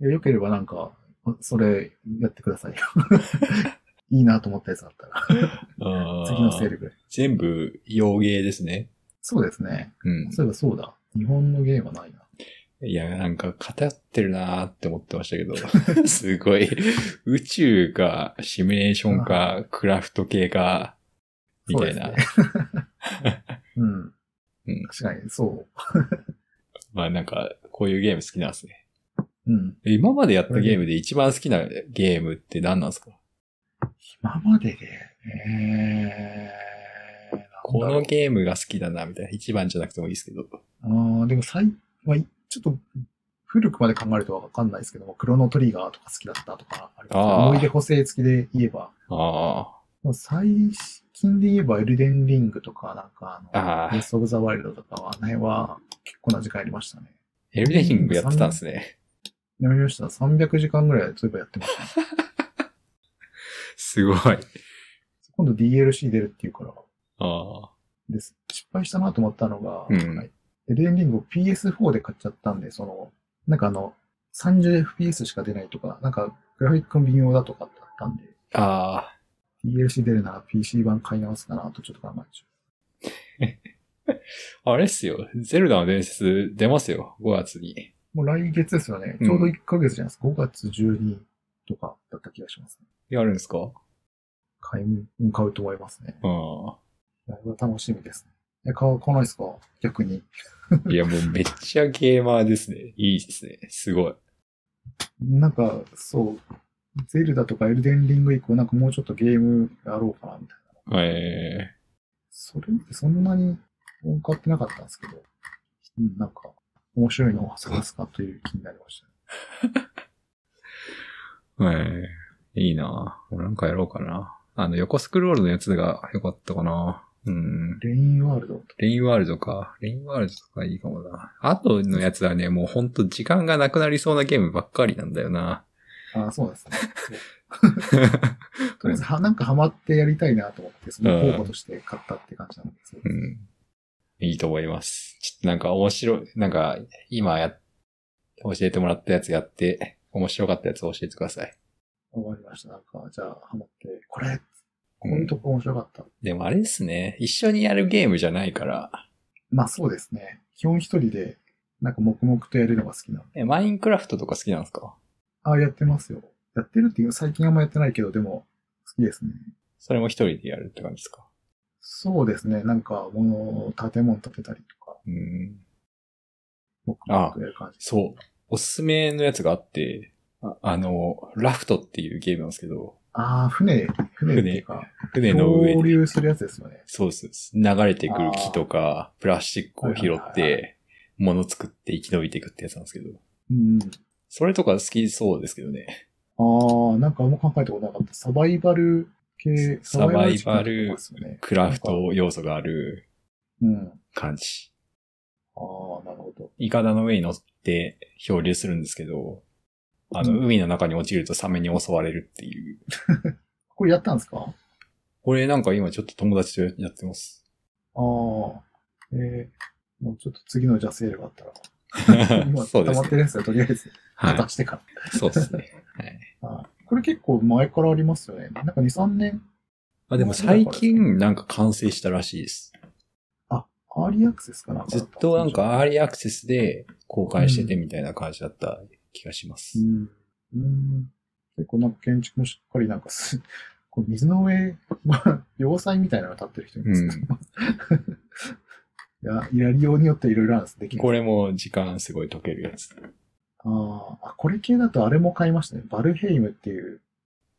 Speaker 2: でよければなんか、それやってくださ いよ。いいなと思ったやつだったら、
Speaker 1: あ
Speaker 2: 次のセールぐらい。
Speaker 1: 全部、洋芸ですね。
Speaker 2: そうですね。
Speaker 1: うん。
Speaker 2: そういえばそうだ。日本のゲームはないな。
Speaker 1: いや、なんか偏ってるなーって思ってましたけど、 すごい、宇宙か、シミュレーションか、クラフト系か、みたいな。
Speaker 2: そうです うん。
Speaker 1: うん
Speaker 2: 確かに、そ
Speaker 1: まあなんか、こういうゲーム好きなんですね。
Speaker 2: う。うん。
Speaker 1: 今までやったゲームで一番好きなゲームって何なんですか
Speaker 2: 今までで、えー、なんだろう
Speaker 1: このゲームが好きだな、みたいな。一番じゃなくてもいいですけど。
Speaker 2: ああ、でも最、まあ、いちょっと古くまで考えるとわかんないですけども、クロノトリガーとか好きだったとかありますね、
Speaker 1: あー
Speaker 2: 思い出補正付きで言えば、
Speaker 1: あ
Speaker 2: もう最近で言えばエルデンリングとか、なんか
Speaker 1: あ。
Speaker 2: あの、
Speaker 1: あ
Speaker 2: レ
Speaker 1: あ。
Speaker 2: スオブザワイルドとかは、あの辺は結構な時間やりましたね。
Speaker 1: エルデンリングやってたんですね。
Speaker 2: やりました。300時間ぐらいそういえばやってました、ね。
Speaker 1: すごい。あ
Speaker 2: 今度 DLC 出るっていうから、
Speaker 1: あ。
Speaker 2: です。失敗したなと思ったのが、
Speaker 1: うん
Speaker 2: はいエルデンリングを PS4 で買っちゃったんで、その、なんかあの、30fps しか出ないとか、なんかグラフィックも微妙だとかってあったんで、
Speaker 1: ああ。
Speaker 2: DLC 出るなら PC 版買い直すかなとちょっと考えちゃ
Speaker 1: あれっすよ。ゼルダの伝説出ますよ。5月に。
Speaker 2: う。もう来月ですよね。
Speaker 1: うん
Speaker 2: ちょうど1ヶ月じゃないですか。5月12とかだった気がします、ね。
Speaker 1: やるんですか
Speaker 2: 買い、うん買うと思いますね。
Speaker 1: うん。
Speaker 2: だいぶ楽しみですね。え、買わないですか逆に。
Speaker 1: いや、もうめっちゃゲーマーですね。いいですね。すごい。
Speaker 2: なんか、そう、ゼルダとかエルデンリング以降、なんかもうちょっとゲームやろうかな、みたいな。
Speaker 1: え
Speaker 2: それまでそんなに多かってなかったんですけど、うん、なんか、面白いのを探すかという気になりました、
Speaker 1: ー、
Speaker 2: ね。
Speaker 1: えー、いいなもうなんかやろうかな。あの、横スクロールのやつが良かったかな。うん。
Speaker 2: レインワールドとか。
Speaker 1: レインワールドか。レインワールドとかいいかもな。あとのやつはね、もうほんと時間がなくなりそうなゲームばっかりなんだよな。
Speaker 2: ああ、そうなんですね。そうとりあえずは、なんかハマってやりたいなと思って、その候補として買ったって感じなんですよ。
Speaker 1: うん。いいと思います。ちょっとなんか面白い、なんか今や、教えてもらったやつやって、面白かったやつ教えてください。
Speaker 2: わかりました。なんか、じゃあ、ハマって、これこういうとこ面白かった。
Speaker 1: でもあれですね、一緒にやるゲームじゃないから、
Speaker 2: まあそうですね。基本一人で、なんか黙々とやるのが好きなの。
Speaker 1: え、マインクラフトとか好きなんですか
Speaker 2: ああ、やってますよ。やってるっていう、最近あんまやってないけど、でも、好きですね。
Speaker 1: それも一人でやるって感じですか
Speaker 2: そうですね。なんか、物を、建物建てたりとか、
Speaker 1: うん。
Speaker 2: 黙々とやる感じ。
Speaker 1: そう。おすすめのやつがあって、ああの、ラフトっていうゲームなんですけど、
Speaker 2: ああ、船、船っていうか、
Speaker 1: 船の上に、
Speaker 2: 漂流するやつですよね。
Speaker 1: そうそうです。流れてくる木とか、プラスチックを拾っ
Speaker 2: はいはいは
Speaker 1: て、物作って生き延びていくってやつなんですけど、
Speaker 2: うん。
Speaker 1: それとか好きそうですけどね。
Speaker 2: ああ、なんかあんま考えたことなかった。サバイバル系、
Speaker 1: サバイバ
Speaker 2: チックなとこ
Speaker 1: ル
Speaker 2: ですよね。
Speaker 1: クラフト要素がある
Speaker 2: うん。あ
Speaker 1: 感じ。
Speaker 2: あ、なるほど。
Speaker 1: イカダの上に乗って漂流するんですけど、あの、
Speaker 2: うん
Speaker 1: 海の中に落ちるとサメに襲われるっていう。
Speaker 2: これやったんですかあ
Speaker 1: これなんか今ちょっと友達とやって ます。
Speaker 2: あ、えー、もうちょっと次のじゃあセールがあったら。 今、
Speaker 1: そう
Speaker 2: 溜
Speaker 1: で
Speaker 2: ますって
Speaker 1: ね。
Speaker 2: るやつでとりあえず、
Speaker 1: は
Speaker 2: 出してから。
Speaker 1: い。そうです ね。はい。
Speaker 2: はいこれ結構前からありますよね。なんか2、3年、
Speaker 1: まあでも最近なんか完成したらしいです。
Speaker 2: アーリーアクセスかな
Speaker 1: ずっとなん、かアーリーアクセスで公開しててみたいな感じだった気がします
Speaker 2: う。ん。うん。結構なんか建築もしっかりなんかす、 こう水の上、まあ、要塞みたいなのが立ってる人いますけど。いや、やりようによっていろいろあるんです。できる
Speaker 1: これも時間すごい解けるやつ。
Speaker 2: あーあ、これ系だとあれも買いましたね。バルヘイムっていう、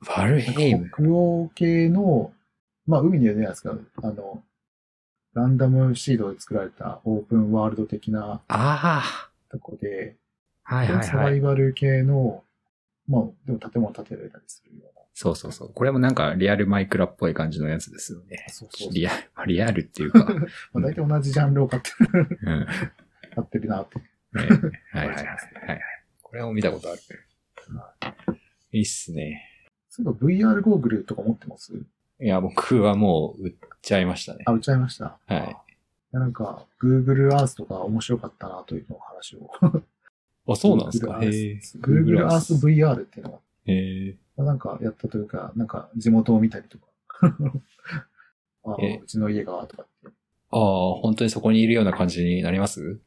Speaker 1: バル
Speaker 2: なん
Speaker 1: ヘイム
Speaker 2: か。北欧系の、まあ海には出ないですけど、あの、ランダムシードで作られたオープンワールド的な
Speaker 1: あ
Speaker 2: とこで、
Speaker 1: あ。はいはい
Speaker 2: サ
Speaker 1: は
Speaker 2: バイ
Speaker 1: い。
Speaker 2: バル系の、まあ、でも建物建てられたりするよう
Speaker 1: そうそうそう。これもなんかリアルマイクラっぽい感じのやつですよね
Speaker 2: な。。そうそう
Speaker 1: リアル、まあリアルっていう か。
Speaker 2: まあ、大体同じジャンルを買ってる、
Speaker 1: うん。
Speaker 2: 買ってるなって。
Speaker 1: ねはいはいはい。はいはい。これを見たことある。いいっすね。
Speaker 2: そういえば VR ゴーグルとか持ってます
Speaker 1: いや、僕はもう売っちゃいましたね。
Speaker 2: あ、売っちゃいました。
Speaker 1: はい
Speaker 2: いやなんか、Google Earth とか面白かったなというのを話を。
Speaker 1: あ、そうなんですか。へ
Speaker 2: Google
Speaker 1: え
Speaker 2: Earth Google Earth VR っていうの
Speaker 1: へえ
Speaker 2: が、なんかやったというか、なんか地元を見たりとか。 あ
Speaker 1: え
Speaker 2: うちの家が、とかって。
Speaker 1: ああ、本当にそこにいるような感じになります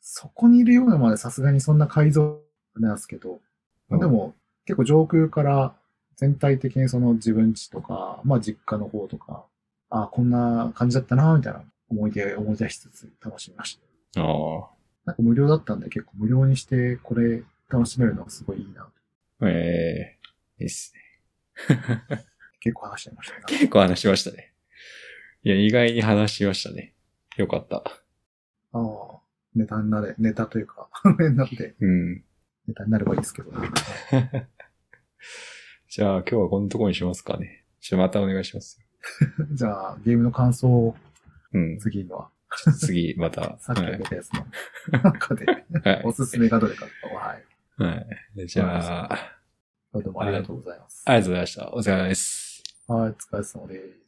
Speaker 2: そこにいるようなまでさすがにそんな改造なんですけど、まあでも、結構上空から全体的にその自分家とか、まあ実家の方とか、ああ、こんな感じだったな、みたいな思い出を思い出しつつ楽しみました。
Speaker 1: ああ。
Speaker 2: なんか無料だったんで結構無料にしてこれ楽しめるのがすごいいいな。
Speaker 1: ええいいっすね。
Speaker 2: 結構話しちゃいましたね。
Speaker 1: 結構話しましたね。いや、意外に話しましたね。よかった。
Speaker 2: ああ、ネタになれ、ネタというか、 になって
Speaker 1: うん。
Speaker 2: ネタになればいいですけど。
Speaker 1: じゃあ、今日はこのところにしますかね。ちょっとまたお願いします。
Speaker 2: じゃあ、ゲームの感想を
Speaker 1: うん。
Speaker 2: 次のは、
Speaker 1: ちょっと次、ま た。
Speaker 2: さっき
Speaker 1: は
Speaker 2: 挙
Speaker 1: い
Speaker 2: げたやつの中で、
Speaker 1: はい
Speaker 2: おすすめがどれかとか、はい。
Speaker 1: はい。じゃあ、
Speaker 2: どうもありがとうございます。
Speaker 1: ありがとうございました。お疲れ様です。
Speaker 2: はい、お疲れ様です。